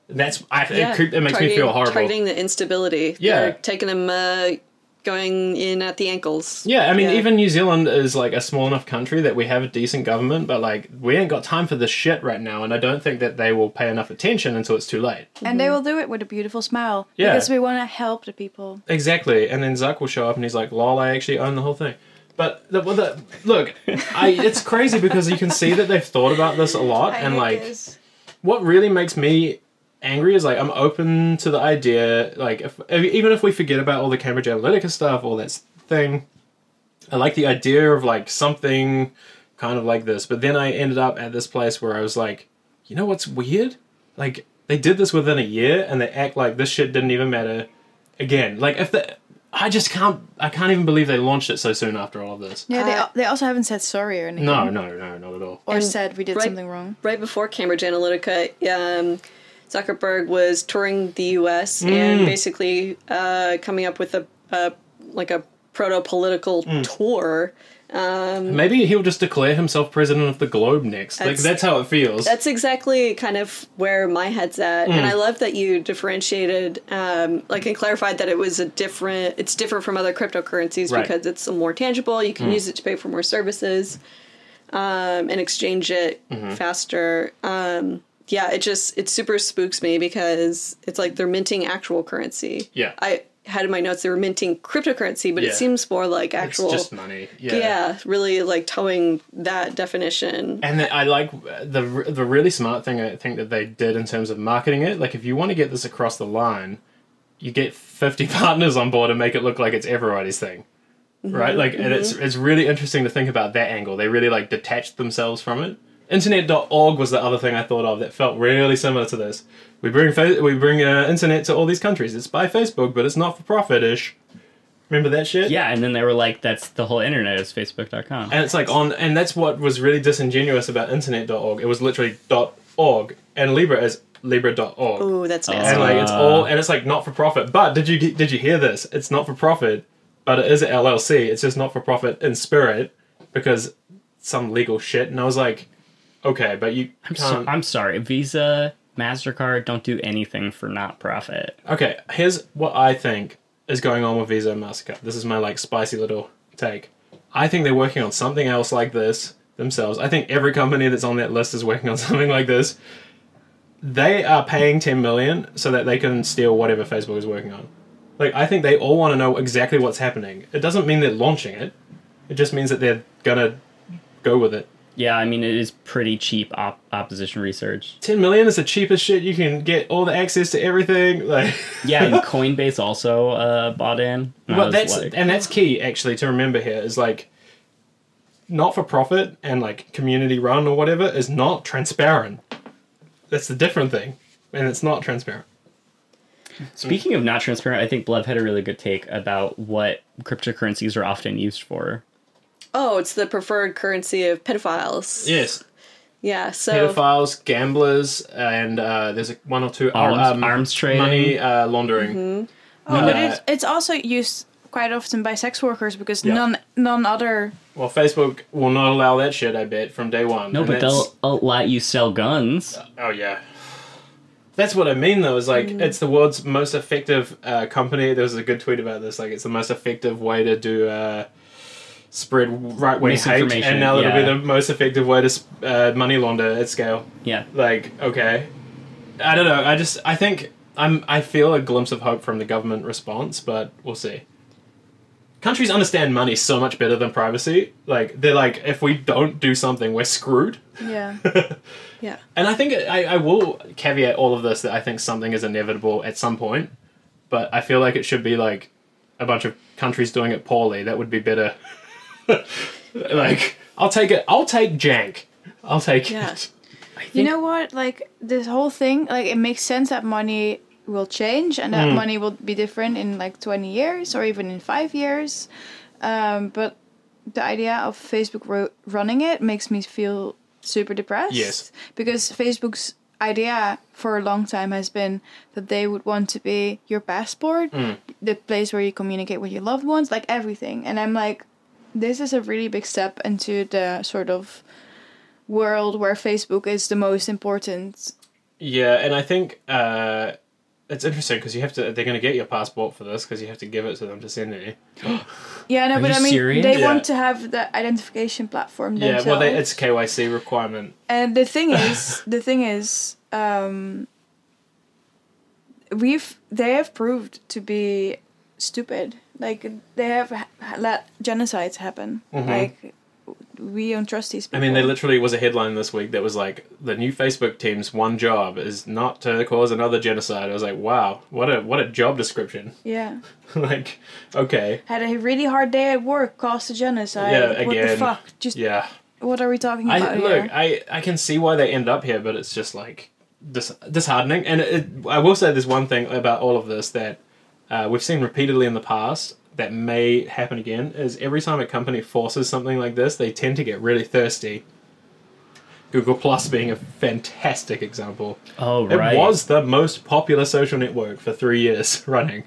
And that's I, it, creep, it makes me feel
targeting-
horrible.
Targeting the instability.
Yeah.
They're taking them uh, going in at the ankles.
Yeah, I mean,
Yeah.
even New Zealand is like a small enough country that we have a decent government, but like we ain't got time for this shit right now, and I don't think that they will pay enough attention until it's too late.
And
Mm-hmm.
they will do it with a beautiful smile
Yeah.
because we want to help the people.
Exactly, and then Zuck will show up and he's like, "Lol, I actually own the whole thing." But the, well, the, *laughs* look, I, it's crazy because you can see that they've thought about this a lot, and like what really makes me angry is like I'm open to the idea. Like if, if- even if we forget about all the Cambridge Analytica stuff, all that thing, I like the idea of like something kind of like this. But then I ended up at this place where I was like, you know what's weird? Like they did this within a year and they act like this shit didn't even matter again. Like if the I just can't I can't even believe they launched it so soon after all of this.
yeah, they,
Uh,
they also haven't said sorry or anything.
No, no, no, not at all.
Or
And
said we did
right-
something wrong.
Right before Cambridge Analytica, um, Zuckerberg was touring the U.S. and basically uh, coming up with a, a like a proto-political tour.
Maybe he'll just declare himself president of the globe next. Like
That's-
that's how it feels.
That's exactly kind of where my head's at, and
Mm.
I love that you differentiated, um, like, and clarified that it was a different. It's different from other cryptocurrencies
Right. Mm.
because it's more tangible. You can use it to pay for more services, um, and exchange it
Mm-hmm.
faster. Um, yeah, it just it super spooks me because it's like they're minting actual currency.
Yeah.
I had in my notes they were minting cryptocurrency, but
Yeah.
it seems more like
It's
actual.
just money. Yeah.
yeah. really like towing that definition.
And the, I like uh, the r- the really smart thing I think that they did in terms of marketing it. Like, if you want to get this across the line, you get fifty *laughs* partners on board and make it look like it's everybody's thing,
Mm-hmm.
right? Like, and it's it's really interesting to think about that angle. They really like detached themselves from it. Internet.org was the other thing I thought of that felt really similar to this. We bring fa- we bring uh, internet to all these countries. It's by Facebook, but it's not for profit ish. Remember that shit?
yeah and then they were like that's the whole internet is facebook.com
and it's like on and that's what was really disingenuous about internet.org it was literally .org and libra is libra.org
Ooh, that's nasty.
and like it's
Ah.
all and it's like not for profit but did you did you hear this it's not for profit but it is an llc it's just not for profit in spirit because some legal shit and i was like okay but you
I'm,
can't
so, I'm sorry visa mastercard don't do anything for not profit
Okay, here's what I think is going on with Visa and MasterCard. This is my like spicy little take. I think they're working on something else like this themselves. I think every company that's on that list is working on *laughs* something like this. They are paying 10 million so that they can steal whatever Facebook is working on. Like I think they all want to know exactly what's happening. It doesn't mean they're launching it. It just means that they're going to go with it.
yeah i mean it is pretty cheap op- opposition research
10 million is the cheapest shit you can get all the access to everything *laughs* like
yeah and coinbase also uh, bought in And I
well
was
that's
like-
and that's key actually to remember here is like not for profit and like community run or whatever is not transparent that's the different thing and it's not transparent Mm.
Speaking of not transparent, I think Blev had a really good take about what cryptocurrencies are often used for.
Oh, it's the preferred currency of pedophiles.
yes
Yeah. So
pedophiles gamblers and uh, there's a, one or two
Arms, arms trading.
money uh, laundering
Oh, but
Yeah.
it's, it's also used quite often by sex workers because
Yeah.
none none other
Well, Facebook will not allow that shit. I bet from day one.
No,
And
but
that's-
they'll let you sell guns.
Oh yeah. That's what I mean though. Is like it's the world's most effective uh, company. There was a good tweet about this. Like it's the most effective way to do uh, spread right wing hate,
Misinformation,
and now it'll be
yeah.
the most effective way to sp- uh, money launder at scale.
Yeah.
Like okay, I don't know. I just I think I'm I feel a glimpse of hope from the government response, but we'll see. Countries understand money so much better than privacy. Like they're like if we don't do something, we're screwed.
*laughs* yeah
Yeah.
And I think I, I will caveat all of this that I think something is inevitable at some point, but I feel like it should be like a bunch of countries doing it poorly. That would be better. *laughs* like I'll take it. I'll take jank. I'll take
Yeah.
it.
you know what like this whole thing like it makes sense that money will change and that money will be different in like 20 years or even in five years um, but the idea of facebook ro- running it makes me feel super depressed
Yes.
because facebook's idea for a long time has been that they would want to be your passport the place where you communicate with your loved ones like everything and i'm like this is a really big step into the sort of world where Facebook is the most important.
Yeah, and I think uh, it's interesting because you have to. They're going to get your passport for this because you have to give it to them to send it.
Yeah, no,
Are
but
you
I mean,
serious?
they
Yeah.
want to have the identification platform
Yeah,
themselves.
well, they, it's KYC requirement.
and the
*laughs*
thing is, the thing is, um, we've they have proved to be stupid. Like they have ha- let genocides happen. Like we don't trust these
Mm-hmm. I
people.
mean, there literally was a headline this week that was like, "The new Facebook team's one job is not to cause another genocide." I was like, "Wow, what a what a job description!" *laughs*
yeah,
like, okay,
had a really hard day at work, caused a genocide.
Yeah,
What the
again.
fuck? Just
yeah.
what are we talking about
I
here?
look, I I can see why they end up here, but it's just like dis- disheartening. And it, I will say, there's one thing about all of this that uh, we've seen repeatedly in the past that may happen again is every time a company forces something like this, they tend to get really thirsty. Google Plus being a fantastic example.
Oh
It
right.
was the most popular social network for three years *laughs* running.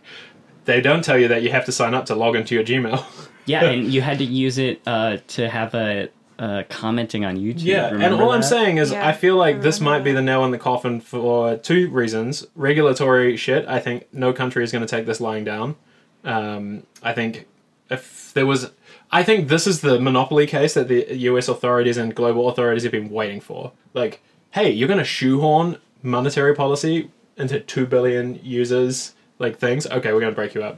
They don't tell you that you have to sign up to log into your Gmail.
*laughs*
*laughs*
Yeah, and you had to use it uh, to have a uh, commenting on YouTube.
yeah, and
remember
all I'm
that?
saying is
Yeah,
I feel like this
remember
might be
that.
the nail in the coffin for two reasons. Regulatory shit, I think no country is going to take this lying down. Um, I think if there was. I think this is the monopoly case that the US authorities and global authorities have been waiting for. Like, hey, you're going to shoehorn monetary policy into 2 billion users, like things? Okay, we're going to break you up.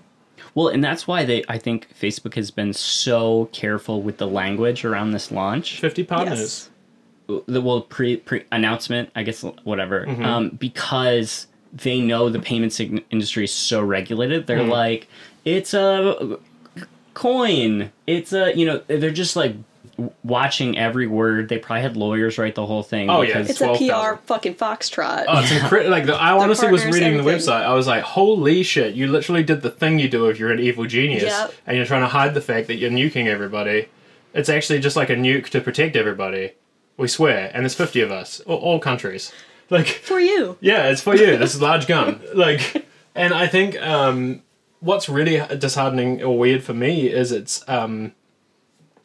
Well, and that's why they I think Facebook has been so careful with the language around this launch.
50 partners.
the well pre pre announcement, I guess whatever.
Mm-hmm.
Um, because they know the payment sig- industry is so regulated,
Mm-hmm.
they're like, it's a coin. It's a you know they're just like w- watching every word. They probably had lawyers write the whole thing.
Oh, yeah.
because-
It's a PR
12,000.
fucking foxtrot.
Oh, it's incredible. Like, the, I honestly was
partners,
reading the
everything.
website. I was like, holy shit, you literally did the thing you do if you're an evil genius
Yep.
and you're trying to hide the fact that you're nuking everybody. It's actually just like a nuke to protect everybody. We swear. And there's 50 of us, all, all countries. Like, *laughs*
For you.
yeah, it's for you. This is large gun. Like, and I think um, what's really disheartening or weird for me is it's um,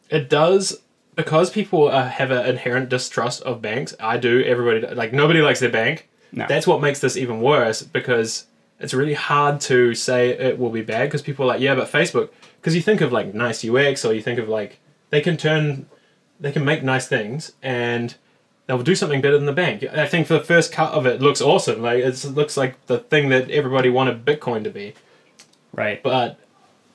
it does because people uh, have an inherent distrust of banks. I do. Everybody like nobody likes their bank.
No.
That's what makes this even worse because it's really hard to say it will be bad because people are like, yeah, but Facebook. Because you think of like nice UX or you think of like they can turn, they can make nice things and they'll do something better than the bank. I think for the first cut of it, it looks awesome. Like it's, it looks like the thing that everybody wanted Bitcoin to be.
right.
But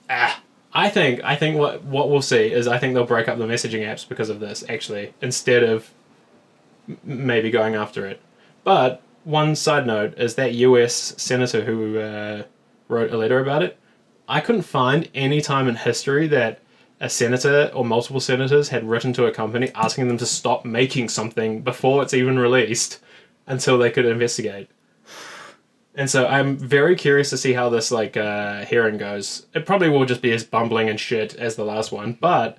ah, I think I think what what we'll see is I think they'll break up the messaging apps because of this actually instead of m- maybe going after it. But one side note is that U.S. senator who uh, wrote a letter about it. I couldn't find any time in history that a senator or multiple senators had written to a company asking them to stop making something before it's even released until they could investigate. And so I'm very curious to see how this like uh, hearing goes. It probably will just be as bumbling and shit as the last one, but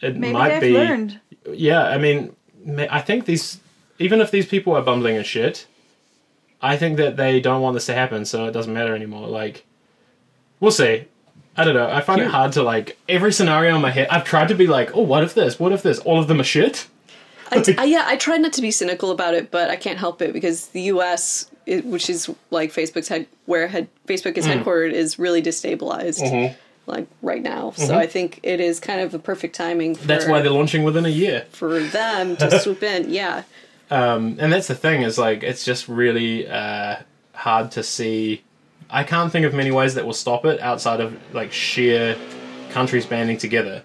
it
Maybe
might
they've
be.
learned.
Yeah, I mean, ma- I think these, even if these people are bumbling and shit, I think that they don't want this to happen, so it doesn't matter anymore. Like, we'll see. I don't know. I find it hard to like every scenario in my head. I've tried to be like, oh, what if this? What if this? All of them are shit.
I t- I- yeah, I try not to be cynical about it, but I can't help it because the U.S., i- which is like Facebook's head, where head, Facebook
Mm.
is headquartered, is really destabilized,
Mm-hmm.
like right now. So I think it is kind of the perfect timing. For,
That's why they're launching within a year.
for
*laughs*
them to swoop in. Yeah,
and that's the thing is like it's just really uh, hard to see i can't think of many ways that will stop it outside of like sheer countries banding together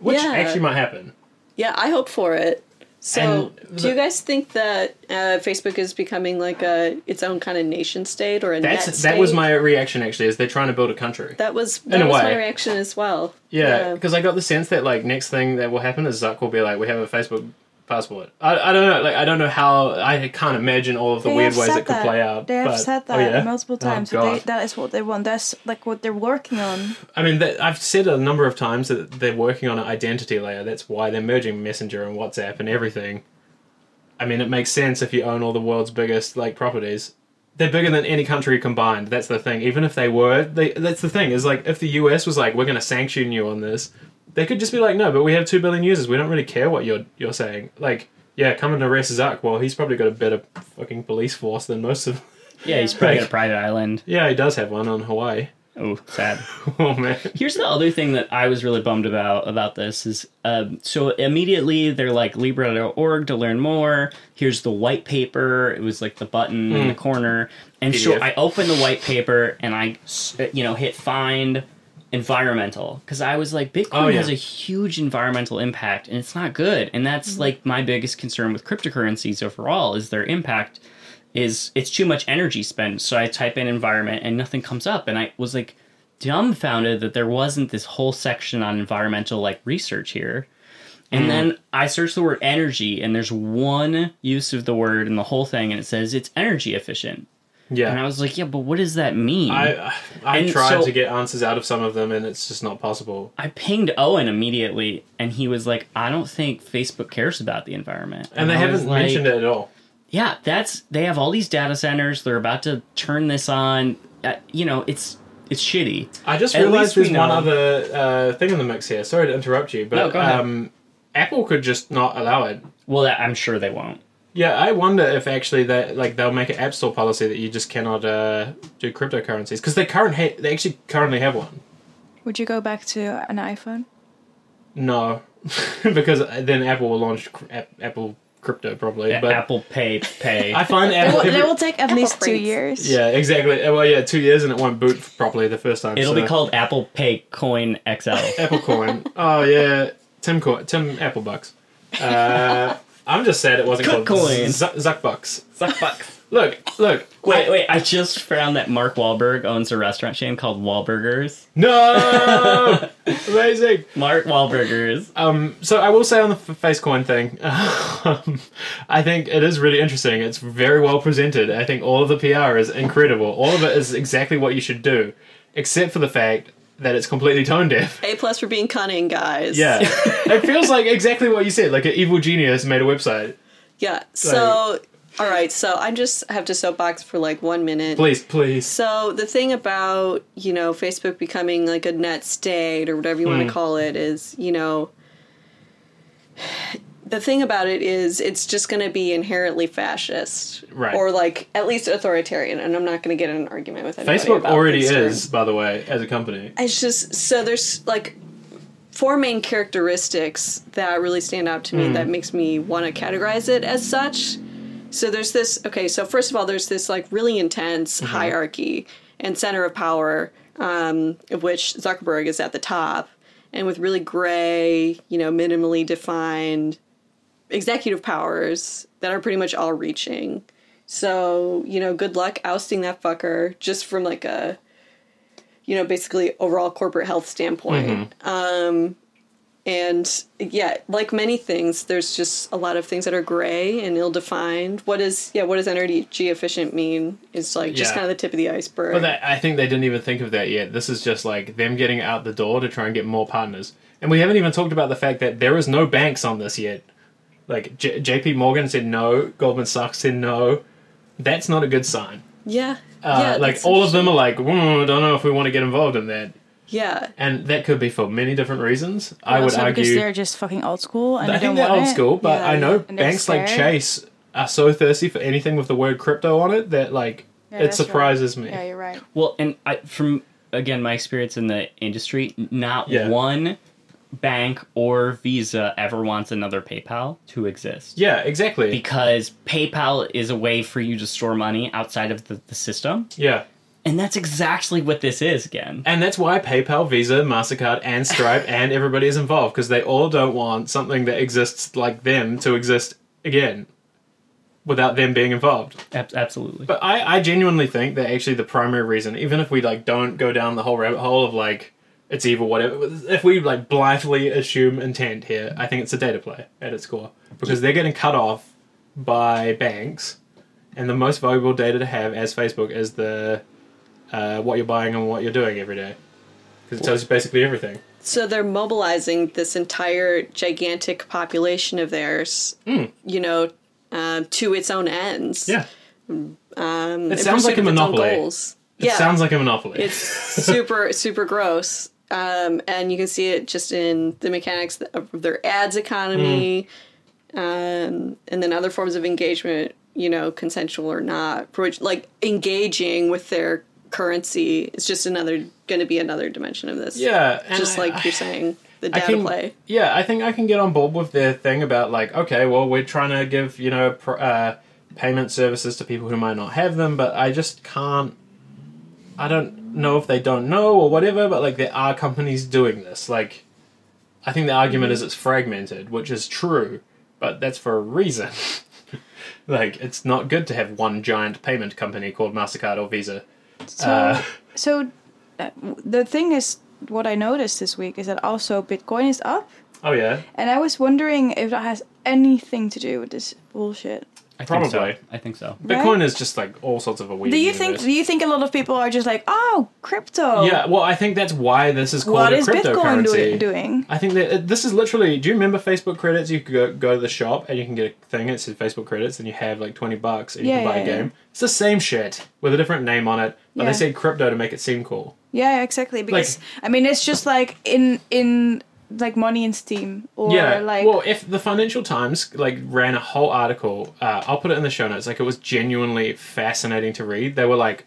which
Yeah.
actually might happen
yeah. I hope for it. So,
And
do you
the-
guys think that uh, Facebook is becoming like a its own kind of nation state or a net
that's
state?
that was my reaction actually is they're trying to build a country
that was that
a
was my
way.
reaction as well.
yeah because i got the sense that like next thing that will happen is zuck will be like we have a facebook passport i, I don't know like i don't know how i can't imagine all of the
They
weird
have
ways
said
it could
that.
play out
They have
but-
said
oh,
that
yeah?
multiple
Oh,
times. that they,
God.
that is what they want. That's like what they're working on.
I mean, that, I've said a number of times that they're working on an identity layer. That's why they're merging Messenger and WhatsApp and everything. I mean, it makes sense if you own all the world's biggest like properties. They're bigger than any country combined. That's the thing. Even if they were, they, that's the thing. Is like if the US was like, we're going to sanction you on this, they could just be like, no, but we have two billion users. We don't really care what you're you're saying. Like, yeah, come and arrest Zuck. Well, he's probably got a better fucking police force than most of. *laughs*
Yeah, he's probably
Right.
got a private island.
Yeah, he does have one on Hawaii. *laughs*
Oh, sad.
oh man.
Here's the other thing that I was really bummed about about this is um, so immediately they're like Libra.org to learn more. Here's the white paper. It was like the button in the corner, and so
PDF.
I opened the white paper and I, s- you know, hit find environmental because I was like Bitcoin
Oh, yeah.
has a huge environmental impact and it's not good, and that's like my biggest concern with cryptocurrencies overall is their impact is it's too much energy spent. So I type in environment and nothing comes up. And I was like dumbfounded that there wasn't this whole section on environmental like research here. And then I searched the word energy and there's one use of the word in the whole thing and it says it's energy efficient.
Yeah.
And I was like, yeah, but what does that mean?
I I
And
tried
so-
to get answers out of some of them, and it's just not possible.
I pinged Owen immediately and he was like, I don't think Facebook cares about the environment.
And, they
I was
haven't
like,
mentioned it at all.
yeah that's they have all these data centers they're about to turn this on uh, you know it's it's shitty
I just
At
realized
least we
there's one
know.
other uh, thing in the mix here. Sorry to interrupt you, but
No, go ahead.
um, Apple could just not allow it.
well that, i'm sure they won't
Yeah, I wonder if actually that like they'll make an App Store policy that you just cannot uh, do cryptocurrencies because they current ha- they actually currently have one.
Would you go back to an iPhone?
No, *laughs* because uh, then Apple will launch cr- app, Apple crypto probably.
Yeah,
but
apple pay pay
*laughs* I
*laughs*
find
It
Apple.
will,
every-
it will take at least two
crates.
years.
yeah, exactly. Well, yeah, two years and it won't boot properly the first time.
it'll be
so-
called apple pay coin xl
*laughs* Apple coin. Oh yeah, Tim coin. Tim Apple bucks. Uh, I'm just sad it wasn't
Cook
called
coin.
Z- Zuck bucks.
Suck bucks.
Look, look.
Wait, wait! I just found that Mark Wahlberg owns a restaurant chain called Wahlburgers.
No, amazing.
Mark Wahlburgers.
Um, so I will say on the f- face coin thing, *laughs* um, I think it is really interesting. It's very well presented. I think all of the PR is incredible. All of it is exactly what you should do, except for the fact that it's completely tone deaf.
A plus for being cunning, guys.
Yeah, it feels like exactly what you said. Like an evil genius made a website.
*laughs* Yeah. So, all right. So I just have to soapbox for like one minute.
Please, please.
So the thing about you know Facebook becoming like a net state or whatever you
Hmm.
want to call it is you know the thing about it is it's just going to be inherently fascist
Right.
or like at least authoritarian and I'm not going to get in an argument with anybody
Facebook
about
already
these terms.
is, by the way, as a company.
It's just so there's like four main characteristics that really stand out to me that makes me want to categorize it as such. So there's this okay, so first of all there's this like really intense hierarchy and center of power um, of which Zuckerberg is at the top and with really gray, you know, minimally defined executive powers that are pretty much all reaching. So, you know, good luck ousting that fucker just from like a you know, basically overall corporate health standpoint.
Mm-hmm.
Um, and yeah, like many things, there's just a lot of things that are gray and ill-defined. What is yeah? What does energy efficient mean? Is like just
Yeah.
kind of the tip of the iceberg.
But that, I think they didn't even think of that yet. This is just like them getting out the door to try and get more partners. And we haven't even talked about the fact that there is no banks on this yet. Like J- J.P. Morgan said no, Goldman Sachs said no. That's not a good sign.
yeah,
Uh,
yeah,
like
that's
all of them are like, "Mm, I don't know if we want to get involved in that.
Yeah.
and that could be for many different reasons. I would
also because
argue.
they're just fucking old school and
I
you don't
think they're
want
old
it.
school, but
Yeah.
I know
And they're
banks like
scared.
Chase are so thirsty for anything with the word crypto on it that like
Yeah,
it
that's right.
surprises me.
Yeah, you're right.
Well, and I, from again my experience in the industry, n- not
Yeah.
one bank or Visa ever wants another PayPal to exist
Yeah, exactly.
because PayPal is a way for you to store money outside of the, the system,
yeah.
and that's exactly what this is again.
And that's why PayPal, Visa, MasterCard, and
*laughs*
Stripe and everybody is involved because they all don't want something that exists like them to exist again without them being involved.
Ab- absolutely.
But I, I genuinely think that actually the primary reason, even if we like don't go down the whole rabbit hole of like it's evil, whatever, if we like blithely assume intent here, I think it's a data play at its core because they're getting cut off by banks, and the most valuable data to have as Facebook is the uh, what you're buying and what you're doing every day because it tells you basically everything.
So they're mobilizing this entire gigantic population of theirs, you know, um, to its own ends.
Hmm. Yeah,
Um,
It
in
sounds like a
pursuit of its own
monopoly.
goals.
it sounds like a monopoly.
*laughs* it's super super gross um, and you can see it just in the mechanics of their ads economy
Hmm.
um, and then other forms of engagement you know consensual or not for which like engaging with their currency is just another going to be another dimension of this
yeah, and
just
I-
like you're saying the data
I can,
play
Yeah, I think I can get on board with their thing about like, okay, well, we're trying to give you know pr- uh, payment services to people who might not have them, but I just can't. I don't know if they don't know or whatever, but like there are companies doing this. Like, I think the argument is it's fragmented, which is true, but that's for a reason. *laughs* like, it's not good to have one giant payment company called Mastercard or Visa.
So, so uh, w- the thing is, what I noticed this week is that also Bitcoin is up,
Oh yeah,
and I was wondering if that has anything to do with this bullshit.
I think so.
probably.
I think so.
Right?
Bitcoin is just like all sorts of a weird.
Do you think?
universe.
Do you think a lot of people are just like, oh, crypto?
Yeah, well, I think that's why this is called
What
a
is Bitcoin
cryptocurrency.
do- doing?
I think that it- this is literally. Do you remember Facebook credits? You could go, go to the shop and you can get a thing that says Facebook credits, and you have like twenty bucks, and you
Yeah,
can buy
yeah,
a
yeah.
game. It's the same shit with a different name on it, but
Yeah.
they said crypto to make it seem cool.
Yeah, exactly. Because I mean, it's just like in in like money in Steam or
yeah,
like
well, if the Financial Times like ran a whole article, uh, I'll put it in the show notes. Like it was genuinely fascinating to read. They were like,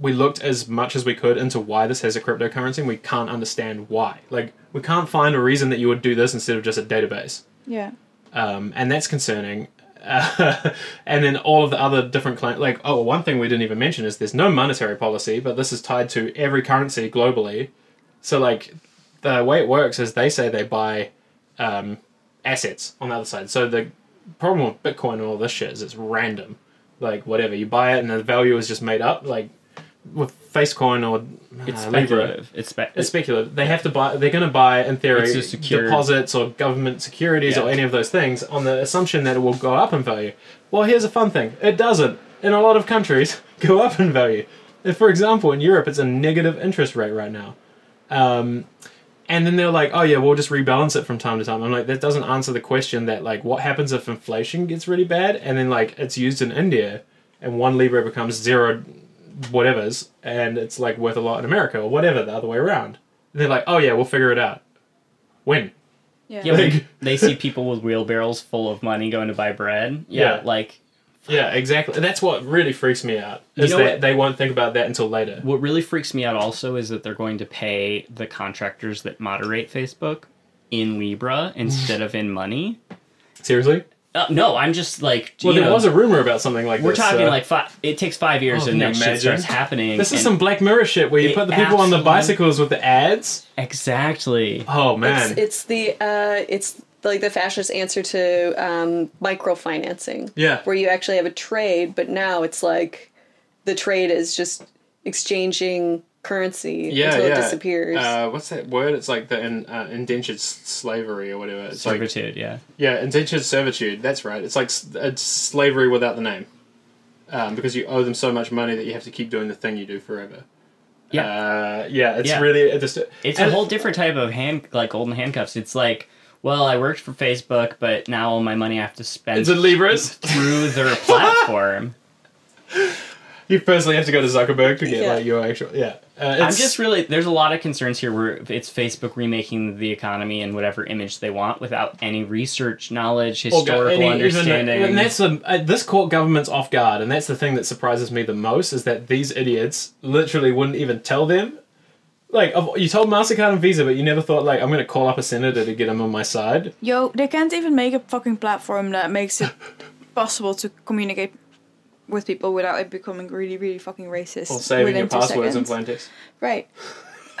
we looked as much as we could into why this has a cryptocurrency, and we can't understand why. Like we can't find a reason that you would do this instead of just a database,
yeah.
um, and that's concerning. *laughs* Uh, and then all of the other different claims, like oh, one thing we didn't even mention is there's no monetary policy, but this is tied to every currency globally. So like the way it works is they say they buy um, assets on the other side. So the problem with Bitcoin and all this shit is it's random. Like whatever you buy it and the value is just made up. Like with Facecoin or uh,
It's
Libra,
speculative. It's, spe-
it's speculative. They have to buy. They're going to buy in theory
It's a secure-
deposits or government securities
Yeah.
or any of those things on the assumption that it will go up in value. Well, here's a fun thing: it doesn't. In a lot of countries, *laughs* go up in value. If, for example, in Europe, it's a negative interest rate right now. Um, and then they're like, "Oh yeah, we'll just rebalance it from time to time." I'm like, that doesn't answer the question that like, what happens if inflation gets really bad and then like it's used in India and one libra becomes zero whatever's and it's like worth a lot in America or whatever the other way around. And they're like, oh yeah, we'll figure it out. When?
yeah, when
Like-
they see people with wheelbarrows full of money going to buy bread. yeah.
Yeah.
like
Yeah, exactly. That's what really freaks me out
You
is
know
that
what-
they won't think about that until later.
What really freaks me out also is that they're going to pay the contractors that moderate Facebook in Libra instead of in money.
Seriously?
Uh, no, I'm just like,
Well,
you
there
know,
was a rumor about something like
we're
this.
talking
so-
like five, it takes five years
Oh,
and
can
that
you
shit starts
imagine?
happening.
This is
and-
some Black Mirror shit where you
It
put the people on the
absolutely-
bicycles with the ads.
exactly.
Oh man.
it's, it's the uh, it's like the fascist answer to um, microfinancing
Yeah.
where you actually have a trade but now it's like the trade is just exchanging currency until it disappears
Uh, what's that word? It's like the in, uh, indentured s- slavery or whatever. It's like
Servitude, yeah.
Yeah, indentured servitude. That's right. It's like s- it's slavery without the name, um, because you owe them so much money that you have to keep doing the thing you do forever.
Yeah.
Uh, yeah, it's
Yeah.
really it just. uh,
it's a
and-
whole different type of hand, like golden handcuffs. It's like, well, I worked for Facebook, but now *laughs* all my money I have to spend
It's in libras. *laughs*
through their platform.
you personally have to go to Zuckerberg to get
Yeah.
like your actual yeah. Uh,
I'm
it's-
just really there's a lot of concerns here where it's Facebook remaking the economy in whatever image they want without any research, knowledge,
or go-
historical
and even-
understanding.
and that's the uh, this court government's off guard, and that's the thing that surprises me the most is that these idiots literally wouldn't even tell them. Like of- you told Mastercard and Visa, but you never thought like I'm going to call up a senator to get him on my side.
Yo, they can't even make a fucking platform that makes it *laughs* possible to communicate with people without it becoming really, really fucking racist.
Or saving your
within two
passwords in
seconds.
plain text. *laughs*
Right.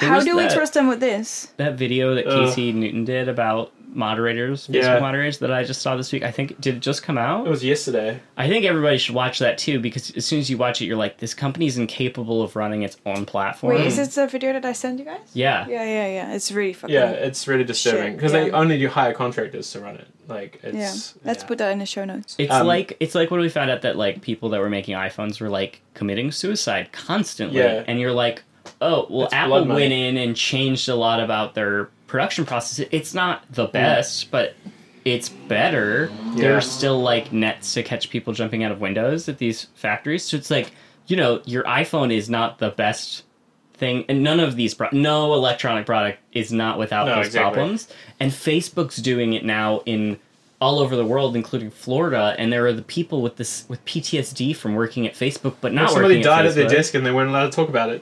There
How
was
do
that-
we trust them with this?
that video that
Ugh.
Casey Newton did about moderators, Facebook
Uh. Yeah.
moderators that I just saw this week. I think did it just come
It
out?
was yesterday.
I think everybody should watch that too because as soon as you watch it, you're like, this company's incapable of running its own platform.
Wait, is this the video that I sent you guys?
yeah.
Yeah, yeah, yeah. It's really fucking.
Yeah, it's really disturbing
Shit,
because they
yeah.
only do hire contractors to run it. Like it's
Yeah. Let's
yeah.
put that in the show notes.
It's
Um,
like it's like when we found out that like people that were making iPhones were like committing suicide constantly,
Yeah.
and you're like, oh well,
It's
Apple
blood money.
went in and changed a lot about their production process. It's not the best, but it's better. There
Yeah.
are still like nets to catch people jumping out of windows at these factories, so it's like you know your iPhone is not the best thing and none of these pro- no electronic product is not without
No,
those
exactly.
problems and facebook's doing it now in all over the world including florida and there are the people with this with ptsd from working at facebook but not
somebody
working
died
at,
at their
Facebook.
desk and they weren't allowed to talk about it.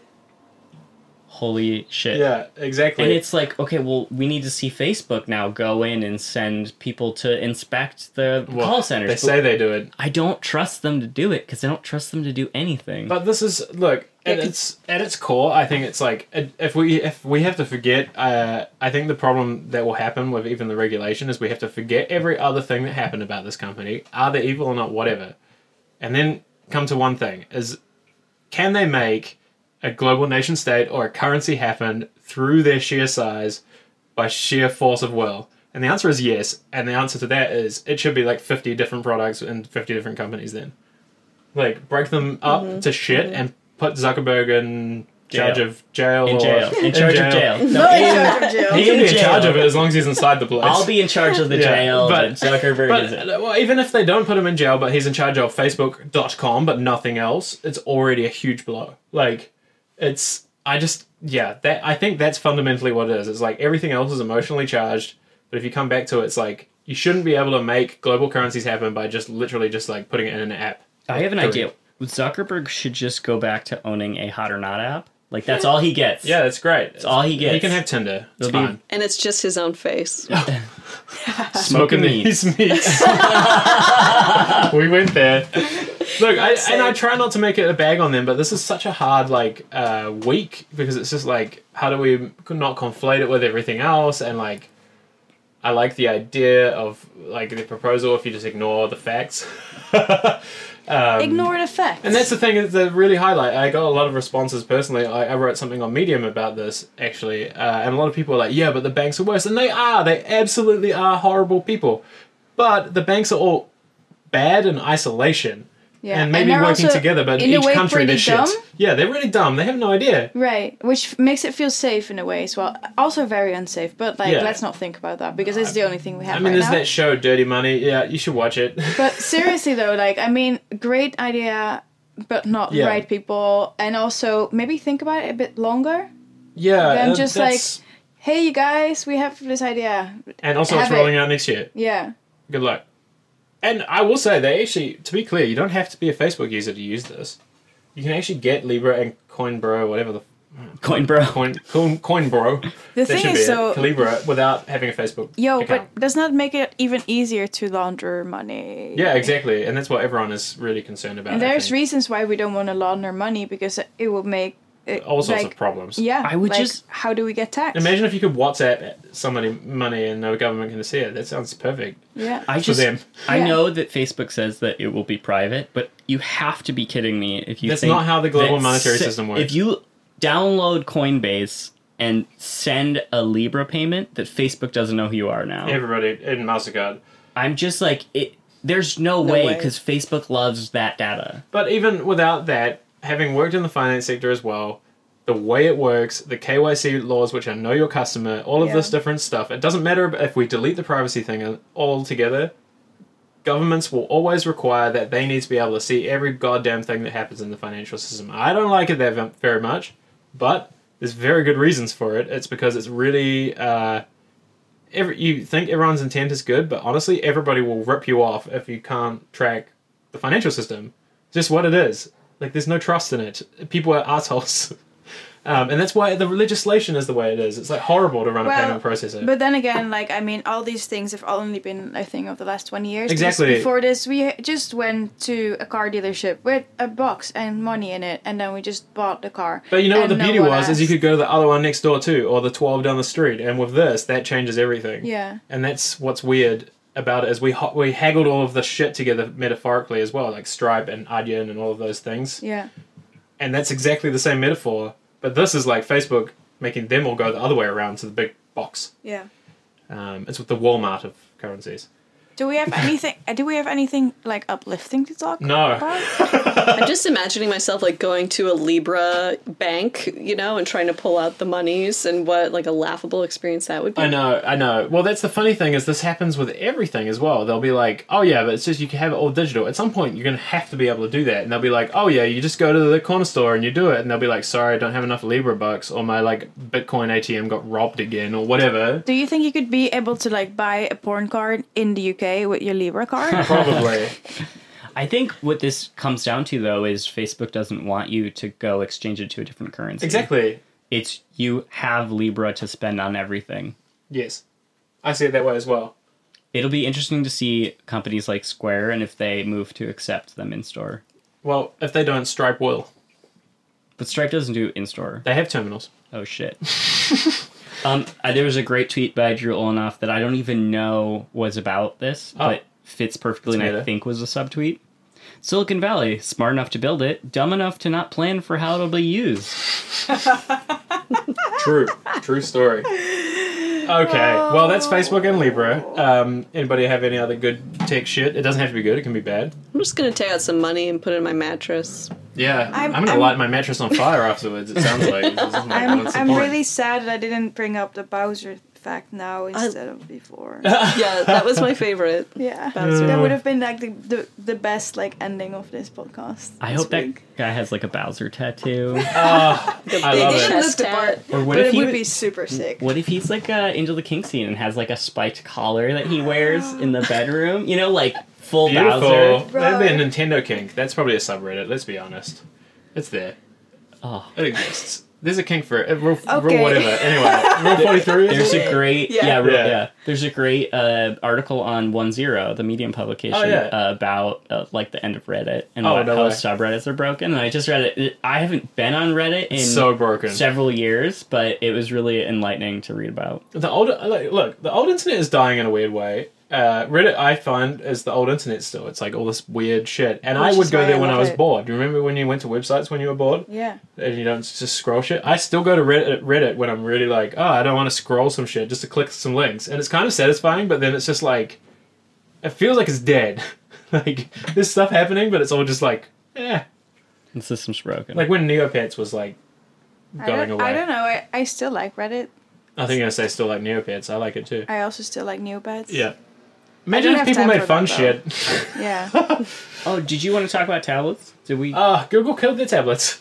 holy shit
Yeah, exactly.
and it's like okay well we need to see facebook now go in and send people to inspect the
Well,
call centers
They
but
say they do it.
i don't trust them to do it because i don't trust them to do anything
But this is look at
Yeah, 'cause-
its at its core. I think it's like it- if we if we have to forget. Uh, I think the problem that will happen with even the regulation is we have to forget every other thing that happened about this company. Are they evil or not? Whatever, and then come to one thing: is can they make a global nation state or a currency happen through their sheer size by sheer force of will? And the answer is yes. And the answer to that is it should be like fifty different products and fifty different companies then like break them up to shit and put Zuckerberg in charge
Jail.
of jail
in
or
jail in charge of jail no,
He can
In
be in charge
jail.
of it as long as he's inside the place.
i'll be in charge of the
*laughs* Yeah,
jail
but-
but, zuckerberg
But
is
uh, well, even if they don't put him in jail, but he's in charge of Facebook.com, but nothing else, it's already a huge blow. Like, it's I just yeah that I think that's fundamentally what it is. It's like everything else is emotionally charged, but if you come back to it, it's like you shouldn't be able to make global currencies happen by just literally just like putting it in an app.
I have an
Three.
idea. Zuckerberg should just go back to owning a hot or not app. Like that's all he gets.
Yeah, that's great. It's
all he
He
gets.
can have Tinder. It's
It'll be-
fine.
*laughs* And it's just his own face.
smoking meat.
these meats. *laughs* we went there. Look, I, and I try not to make it a bag on them, but this is such a hard like uh, week because it's just like how do we not conflate it with everything else? And like, I like the idea of like the proposal if you just ignore the facts.
Ignore the facts.
Um, And that's the thing is that really highlight. I got a lot of responses personally. I, I wrote something on Medium about this actually, uh, and a lot of people are like, "Yeah, but the banks are worse," and they are. They absolutely are horrible people. But the banks are all bad in isolation,
yeah.
and maybe
they're
working
also,
together. But
in a
each
way,
country, they're
pretty
shit.
dumb.
Yeah, they're really dumb. They have no idea.
Right, which f- makes it feel safe in a way as well. Also very unsafe, but like
Yeah.
let's not think about that because it's the only thing we have
I mean,
right
there's
now.
that show, Dirty Money. Yeah, you should watch it. *laughs*
but seriously though, like I mean, great idea, but not
Yeah.
right people, and also maybe think about it a bit longer.
yeah,
Then
that-
just,
that's-
Hey, you guys, we have this idea.
and also it's
have it.
rolling out next year.
Yeah,
Good luck. And I will say they actually, to be clear, you don't have to be a Facebook user to use this. You can actually get Libra and Coinbro, whatever the
*laughs* Coin bro.
coin coin Coinbro.
the
They
thing
should
is
be
though,
at Libra without having a Facebook.
yo,
account.
but does not make it even easier to launder money.
yeah, exactly, and that's what everyone is really concerned about.
and
I
there's
think.
reasons why we don't want to launder money because it will make it,
all sorts
like,
of problems.
Yeah,
I would
like,
just-
how do we get taxed?
Imagine if you could WhatsApp somebody money and no government can see it. That sounds perfect
yeah,
I just
for them.
I
Yeah.
know that Facebook says that it will be private, but you have to be kidding me if you
That's
think
not how the global
that
monetary
se-
system works.
If you download Coinbase and send a Libra payment that Facebook doesn't know who you are
Mm.
now.
Everybody in Mastercard.
I'm just like it there's no, way 'cause way
way.
because Facebook loves that data.
But even without that, having worked in the finance sector as well, the way it works, the KYC laws, which are know your customer, all of
Yeah.
this different stuff, it doesntomatter matter if we delete the privacy thing altogether. governments will always require that they need to be able to see every goddamn thing that happens in the financial system. I don't like it that ve- very much, but there's very good reasons for it. It's because it's really. Uh, every, you think everyone's intent is good, but honestly, everybody will rip you off if you can't track the financial system. It's just what it is. Like, there's no trust in it. People are assholes. *laughs* Um, and that's why the legislation is the way it is. It's like horrible to run a payment processor.
But then again, like I mean, all these things have only been a thing of the last twenty years. Because
Exactly.
Before this, we ha- just went to a car dealership with a box and money in it, and then we just bought the car.
But you know what
And
the
no
beauty
one
was is you
asked.
could go to the other one next door too, or the twelve down the street, and with this that changes everything.
Yeah.
And that's what's weird about it is we ho- we haggled all of the shit together metaphorically as well, like Stripe and Adyen and all of those things.
Yeah.
And that's exactly the same metaphor, but this is like Facebook making them all go the other way around to the big box.
Yeah.
Um, it's with the Walmart of currencies.
Do we have anything? *laughs* uh, do we have anything like uplifting to talk?
No.
About?
I'm just imagining myself like going to a Libra bank, you know, and trying to pull out the monies and what like a laughable experience that would be.
I know, I know. Well, that's the funny thing is this happens with everything as well. They'll be like, "Oh yeah, but it's just you can have it all digital." At some point, you're gonna have to be able to do that, and they'll be like, "Oh yeah, you just go to the corner store and you do it," and they'll be like, "Sorry, I don't have enough Libra bucks, or my like Bitcoin ATM got robbed again, or whatever."
Do you think you could be able to like buy a porn card in the UK with your
*laughs*
Libra card?
Probably.
I think what this comes down to, though, is Facebook doesn't want you to go exchange it to a different currency.
exactly.
It's you have Libra to spend on everything.
Yes, I see it that way as well.
It'll be interesting to see companies like Square and if they move to accept them in store.
Well, if they don't, Stripe will.
But Stripe doesn't do in store.
They have terminals.
Oh
*laughs*
shit. um, uh, there was a great tweet by Drew Olenoff that I don't even know was about this,
Oh.
but fits perfectly, and I
meta.
think was a subtweet. Silicon Valley, smart enough to build it, dumb enough to not plan for how it'll be used.
True. True story. Okay. Well, that's Facebook and Libra. Um, anybody have any other good tech shit? It doesn't have to be good. It can be bad.
I'm just gonna take out some money and put it in my mattress.
Yeah, I'm,
I'm-
gonna
I'm-
light my mattress on fire afterwards. It sounds like. This is my-
*laughs* I'm
what's the
I'm
point?
really sad that I didn't bring up the Bowser fact now instead
*laughs*
of before.
Yeah, that was my favorite.
*laughs* Yeah,
Mm.
Bowser.
that would have been like the, the the best like ending of this podcast.
I
this
hope that
week.
guy has like a Bowser
*laughs*
tattoo.
Ah, I
big
love
They
it.
didn't
Chest
look the
tat.
part,
Or what
but
if
it
he
would
was-
be super sick.
What if he's like uh, into the kink scene and has like a spiked collar that he wears in the bedroom? You know, like full
Beautiful.
Bowser.
That'd be a
Bro.
Nintendo kink. That's probably a subreddit. Let's be honest. It's there.
Oh.
It exists. There's a kink for it. Rule,
Okay.
whatever. Anyway, *laughs* rule forty three.
There's a great yeah
Yeah.
yeah, real-
Yeah.
yeah. there's a great uh, article on One Zero, the Medium publication,
Oh, yeah.
uh, about uh, like the end of Reddit and
Oh,
what,
no
how
way.
subreddits are broken. And I just read it. I haven't been on Reddit in
so broken.
several years, but it was really enlightening to read about.
The old like, look, the old internet is dying in a weird way. Uh, Reddit, I find, is the old internet still. It's like all this weird shit, and
Which
I would
is
go
why
there
I
when I
love
was
it.
bored. Do you remember when you went to websites when you were bored?
Yeah,
and you don't just scroll shit. I still go to Reddit, Reddit when I'm really like, oh, I don't want to scroll some shit just to click some links, and it's kind of satisfying. But then it's just like, it feels like it's dead. *laughs* like there's stuff happening, but it's all just like, eh.
The system's broken.
Like when Neopets was like
I
going
don't,
away.
I don't know. I, I still like Reddit.
I think I'm gonna say still like Neopets. I like it too.
I also still like Neopets.
Yeah. Imagine if
have
people
time
made
for
fun
that,
shit.
*laughs* yeah.
oh, did you want to talk about tablets? Did we?
Ah, Google killed their tablets.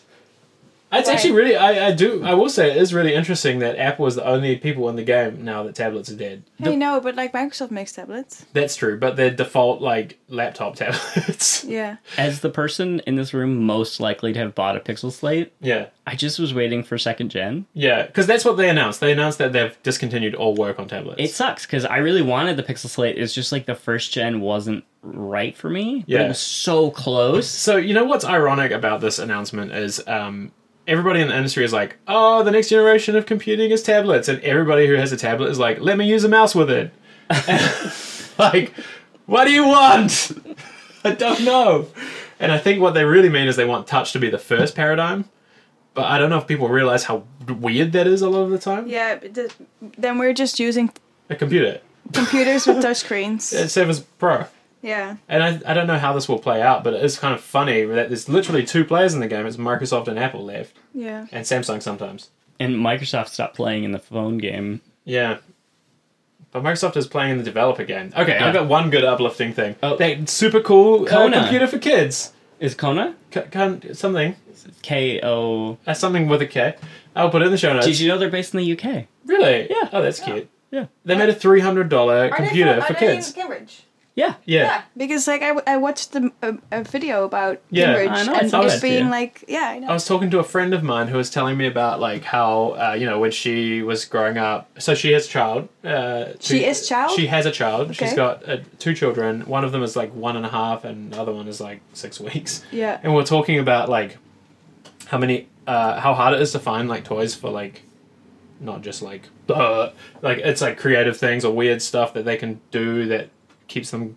It's
Right.
actually really, I, I do, I will say it is really interesting that Apple is the only people in the game now that tablets are dead. The-
hey, no, but like Microsoft makes tablets.
That's true, but they're default like laptop tablets. *laughs*
Yeah,
As the person in this room most likely to have bought a Pixel Slate,
yeah,
I just was waiting for second gen.
yeah, because that's what they announced. They announced that they've discontinued all work on tablets.
It sucks because I really wanted the Pixel Slate. It's just like the first gen wasn't right for me. But
Yeah.
it was so close.
so you know what's ironic about this announcement is um, everybody in the industry is like, oh, the next generation of computing is tablets, and everybody who has a tablet is like, let me use a mouse with it. *laughs* like, what do you want? *laughs* I don't know. And I think what they really mean is they want touch to be the first paradigm. But I don't know if people realize how weird that is a lot of the time.
yeah. But the, then we're just using
A computer.
computers with touch *laughs* screens.
It's Seven's Pro.
Yeah,
And I, I don't know how this will play out, but it is kind of funny that there's literally two players in the game. It's Microsoft and Apple left,
yeah.
and Samsung sometimes.
And Microsoft stopped playing in the phone game.
Yeah. But Microsoft is playing in the developer game. Okay,
Yeah.
I've got one good uplifting thing.
Oh.
That super cool uh,
Kona.
computer for kids.
Is Kona?
C- can something.
K O.
Uh, something with a K. I'll put it in the show notes.
Did you know they're based in the UK?
Really?
Yeah.
Oh, that's cute.
Yeah.
They made a three hundred dollar computer for kids.
Cambridge.
Yeah.
Yeah.
Yeah.
Because like I, I watched the, a, a video about
Yeah,
Cambridge
I know, I
and
saw
it
that,
being
yeah.
like yeah Oh, I know.
I was talking to a friend of mine who was telling me about like how uh, you know when she was growing up. So she has a child. Uh,
She
two-
is child?
She has a child. She's
Okay.
got uh, two children. One of them is like one and a half, and the other one is like six weeks.
yeah.
And we we're talking about like how many, uh, how hard it is to find like toys for like, not just like, *laughs* uh, like it's like creative things or weird stuff that they can do that keeps them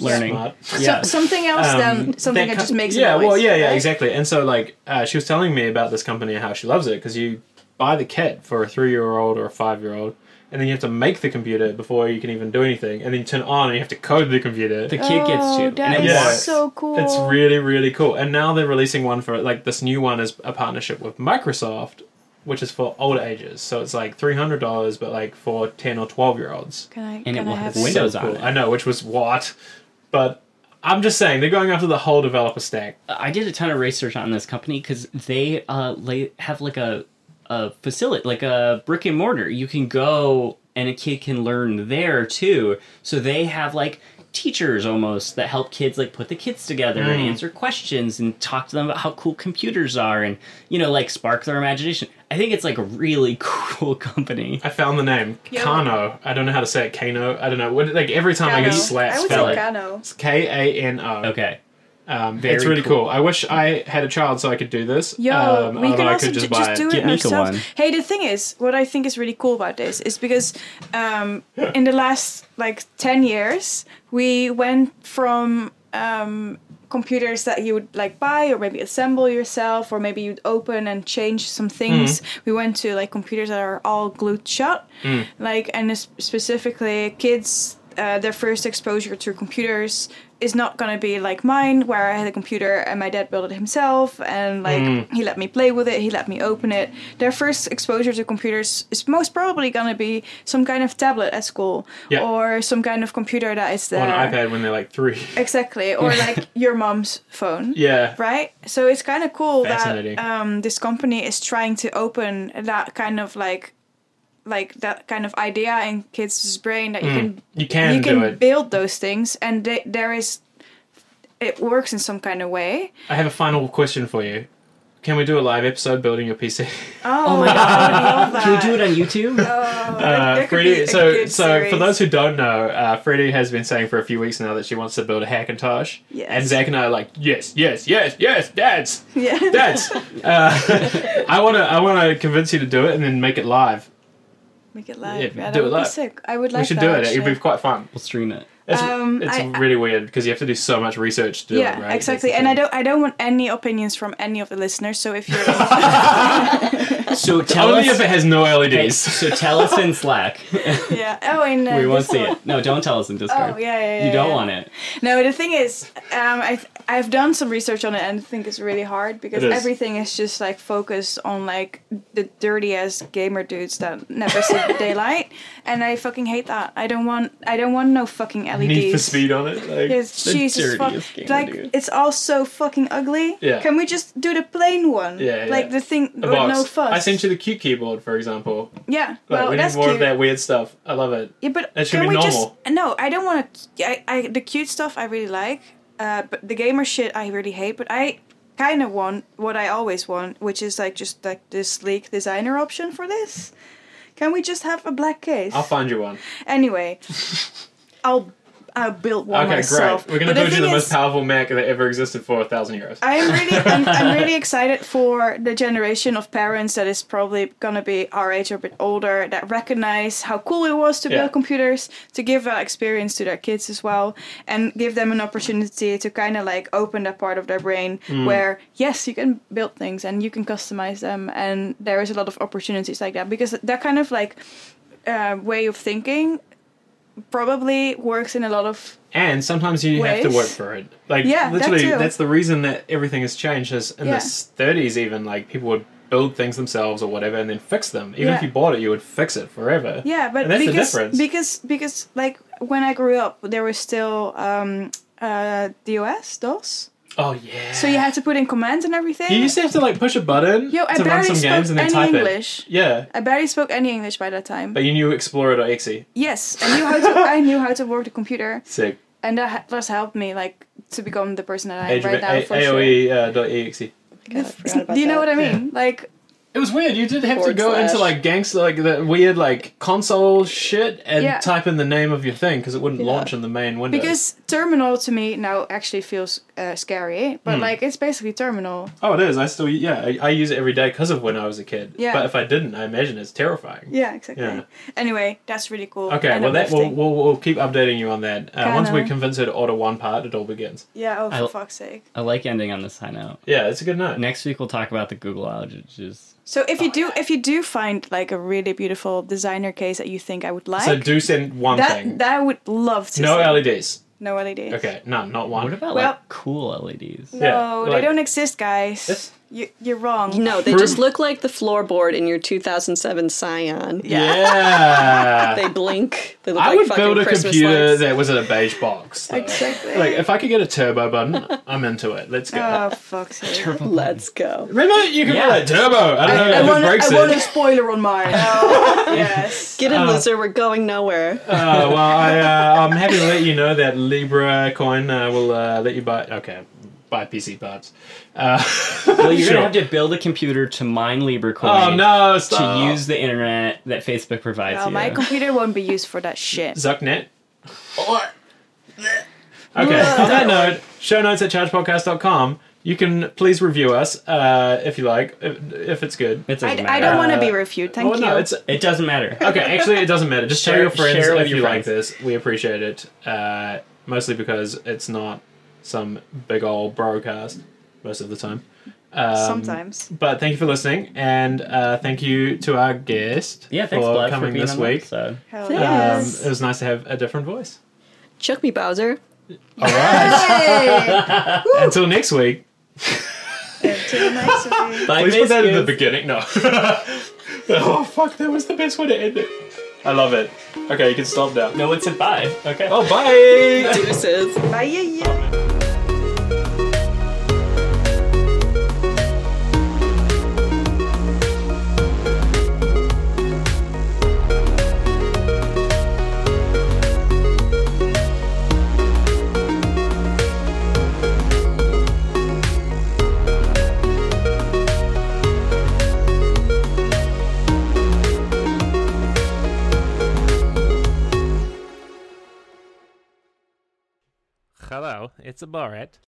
Learning.
Smart.
Yeah.
So, something else
Um,
than something
that
that,
co-
just makes a
yeah
noise,
well yeah yeah
right?
exactly and so like uh, she was telling me about this company and how she loves it because you buy the kit for a three year old or a five year old and then you have to make the computer before you can even do anything and then you turn it on and you have to code the computer
The kid gets
Oh,
to.
that
and it
is
Yeah.
works.
so cool.
it's really really cool and now they're releasing one for like this new one is a partnership with microsoft which is for older ages so it's like $300 but like for 10 or 12 year olds
Can I?
it
can I
will
have
have
it?
windows.
so
on
cool.
it.
i know which was what but i'm just saying they're going after the whole developer stack
I did a ton of research on this company because they uh, lay, have like a a facility, like a brick and mortar. You can go and a kid can learn there too. So they have like teachers almost that help kids like put the kids together and answer questions and talk to them about how cool computers are and you know like spark their imagination. I think it's like a really *laughs* cool company.
I found the name
Yeah.
Kano. I don't know how to say it. Kano. I don't know. What, like every time I get
Kano.
slapped,
I would
spell
say
it.
Kano.
It's K A N O.
Okay.
Um,
Very
it's really cool.
cool.
I wish I had a child so I could do this.
Yo,
um,
we
although
can
I
also
could
ju- just,
buy
do it
Get Nico
ourselves.
one.
Hey, the thing is, what I think is really cool about this is because um, in the last like ten years, we went from um, computers that you would like buy or maybe assemble yourself, or maybe you'd open and change some
Mm.
things. We went to like computers that are all glued shut,
Mm.
like and es- specifically kids. Uh, their first exposure to computers is not going to be like mine, where I had a computer and my dad built it himself, and like
Mm.
he let me play with it, he let me open it. Their first exposure to computers is most probably going to be some kind of tablet at school,
Yeah.
or some kind of computer that is there.
on an iPad when they're like three. *laughs*
Exactly, or like your mom's phone.
yeah.
Right? So it's kind of cool
Fascinating.
that um, this company is trying to open that kind of like like that kind of idea in kids' brain that you can
You can
you
do
can
Mm, it.
build those things and they, there is it works in some kind of way.
I have a final question for you. Can we do a live episode building your *laughs* PC?
Oh, my god, I
*laughs*
love that.
Can we do it on YouTube?
there could be
Freddie,
a
Uh, so
good
so for
series.
those who don't know, uh, Freddie has been saying for a few weeks now that she wants to build a Hackintosh.
Yes.
And Zach and I are like, yes, yes, yes, yes, that's *laughs*
Yeah. *laughs*
that's. Uh, *laughs* I wanna I wanna convince you to do it and then make it live.
Make it live.
Yeah,
Yeah, that
do it
would
live.
be sick. I would like
we should
that,
do it. It'd
actually.
be quite fun.
We'll stream it.
It's,
Um,
it's
I-
really weird because you have to do so much research to do
yeah,
it, right?
exactly.
That's the
And I
thing.
don't I don't want any opinions from any of the listeners, so if you're
*laughs*
So tell
Only
us.
if it has no E
Okay, *laughs*
LEDs.
so tell us in Slack.
yeah. Oh, and uh,
We won't
this
see
one.
it. No, don't tell us in Discord.
Oh, yeah, yeah, yeah.
You don't
yeah.
want it.
No, the thing is, um, I th- I've done some research on it and I think it's really hard because
It is.
everything is just like focused on like the dirty ass gamer dudes that never see
*laughs*
the daylight, and I fucking hate that. I don't want I don't want no
*laughs*
fucking LEDs.
Need for speed on it. Like,
E Yes,
The
Jesus fuck.
dirtiest gamer
Like
dude.
it's all so fucking ugly.
Yeah.
Can we just do the plain one?
Yeah, yeah.
Like the thing
a
with
box.
no fuss.
I sent you the cute keyboard, for example.
Yeah.
Like,
well,
we need
that's
more
cute.
of that weird stuff. I love it.
Yeah, but
That should
can
be
we
normal.
just no? I don't want to. I, I the cute stuff I really like, uh, but the gamer shit I really hate. But I kind of want what I always want, which is like just like this sleek designer option for this. Can we just have a black case?
I'll find you one.
anyway, *laughs* I'll I'll build one
Okay,
myself.
great. We're gonna
But
build you the
thing
most
is,
powerful Mac that ever existed for a thousand euros.
I'm really, I'm, I'm really excited for the generation of parents that is probably gonna be our age or a bit older that recognize how cool it was to
Yeah.
build computers, to give that experience to their kids as well, and give them an opportunity to kind of like open that part of their brain where yes, you can build things and you can customize them, and there is a lot of opportunities like that because that kind of like uh, way of thinking probably works in a lot of
and sometimes you have to
Ways.
work for it. Like
Yeah, that
literally,
too.
that's the reason that everything has changed. Is in
Yeah.
the 30s, even like people would build things themselves or whatever and then fix them. Even if
Yeah.
you bought it, you would fix it forever.
Yeah, but
and that's
because
the difference.
because because like when I grew up, there was still um, uh, DOS, DOS.
oh yeah.
So you had to put in commands and everything.
You used to have to like push a button
Yo, I
to run
barely
some games
spoke
and then
any
type
English.
it. Yeah,
I barely spoke any English by that time.
but you knew Explorer.exe.
yes, I knew how to I knew how to work the computer,
Sick.
and that ha- has helped me like to become the person that I am
Age of
right now.
A-
for sure.
AOE uh, dot .exe.
God, I forgot about
Do you know what
that.
I mean? Like
It was weird. You did have to
Forward
go into
slash.
like gangster, like the weird like console shit, and
Yeah.
type in the name of your thing because it wouldn't
Yeah.
launch in the main window.
because terminal to me now actually feels uh, scary, but
Hmm.
like it's basically terminal.
oh, it is. I still yeah, I, I use it every day because of when I was a kid.
Yeah.
But if I didn't, I imagine it's terrifying.
Yeah, exactly.
Yeah.
Anyway, that's really cool.
Okay,
and
well that we'll,
uplifting.
we'll, we'll keep updating you on that. Uh, once we
Kinda.
convince her to order one part, it all begins.
yeah. Oh, for
I'll-
fuck's sake.
I like ending on this high note.
Yeah, it's a good night.
Next week we'll talk about the Google outages.
So if
Oh,
you do if you do find like a really beautiful designer case that you think I would like,
So do send one
that
thing.
that I would love to.
no
see.
LEDs.
no E LEDs.
Okay, no, not one.
What about
Well-
like cool E LEDs?
No,
Yeah,
Oh, they
like-
don't exist, guys.
Yes.
You, you're wrong.
No, they
Prove-
just look like the floorboard in your 2007 Scion.
*laughs*
Yeah.
They blink. They look
I
like
would
fucking
build a
Christmas
computer
lights.
that was in a beige
*laughs*
box. though.
Exactly.
Like if I could get a turbo button, *laughs* I'm into it. Let's go.
*laughs* oh
*laughs*
fuck's sake.
Let's go.
Remember, you can
Yeah.
put a turbo. I don't know
I
if
want,
it breaks
I want a
it.
spoiler on mine. Oh,
*laughs*
yes.
Get in, loser. We're going nowhere.
Uh, well, I, uh, I'm happy to let you know that Libra coin uh, will uh, let you buy. Okay, buy PC parts. Uh,
Well, you're
sure.
gonna have to build a computer to mine LibreCoin
Oh no!
to
Stop.
use the internet that Facebook provides
Well,
you.
my computer won't be used for that shit.
Zucknet. Okay, on that note, show notes at chargepodcast.com. You can please review us uh, if you like, if, if it's good.
it doesn't
I, I
matter.
don't want
Uh,
to be reviewed. Thank
well,
you.
no, it's
It doesn't
*laughs*
matter.
okay. Actually, it doesn't matter. Just tell
Share-
your friends
share with
if you
your
like
friends.
this. We appreciate it, uh, mostly because it's not some big old broadcast most of the time. Um,
Sometimes.
But thank you for listening, and uh, thank you to our guest
Yeah, thanks,
for
Blood,
coming
for being
this
on the
week.
episode.
Hell
Thank-
yeah.
Um,
Yes.
it was nice to have a different voice.
Chuck me, Bowser.
All right. um,
Hey!
Until next week. *laughs*
Until next week.
Bye,
Please put that in the
Biscuits.
beginning. No. *laughs* oh fuck! That was the best way to end it. I love it. Okay, you can stop now.
No, it's a bye. Okay.
Oh, bye.
Deuces.
Bye, yeah, yeah.
Hello, it's a Borat.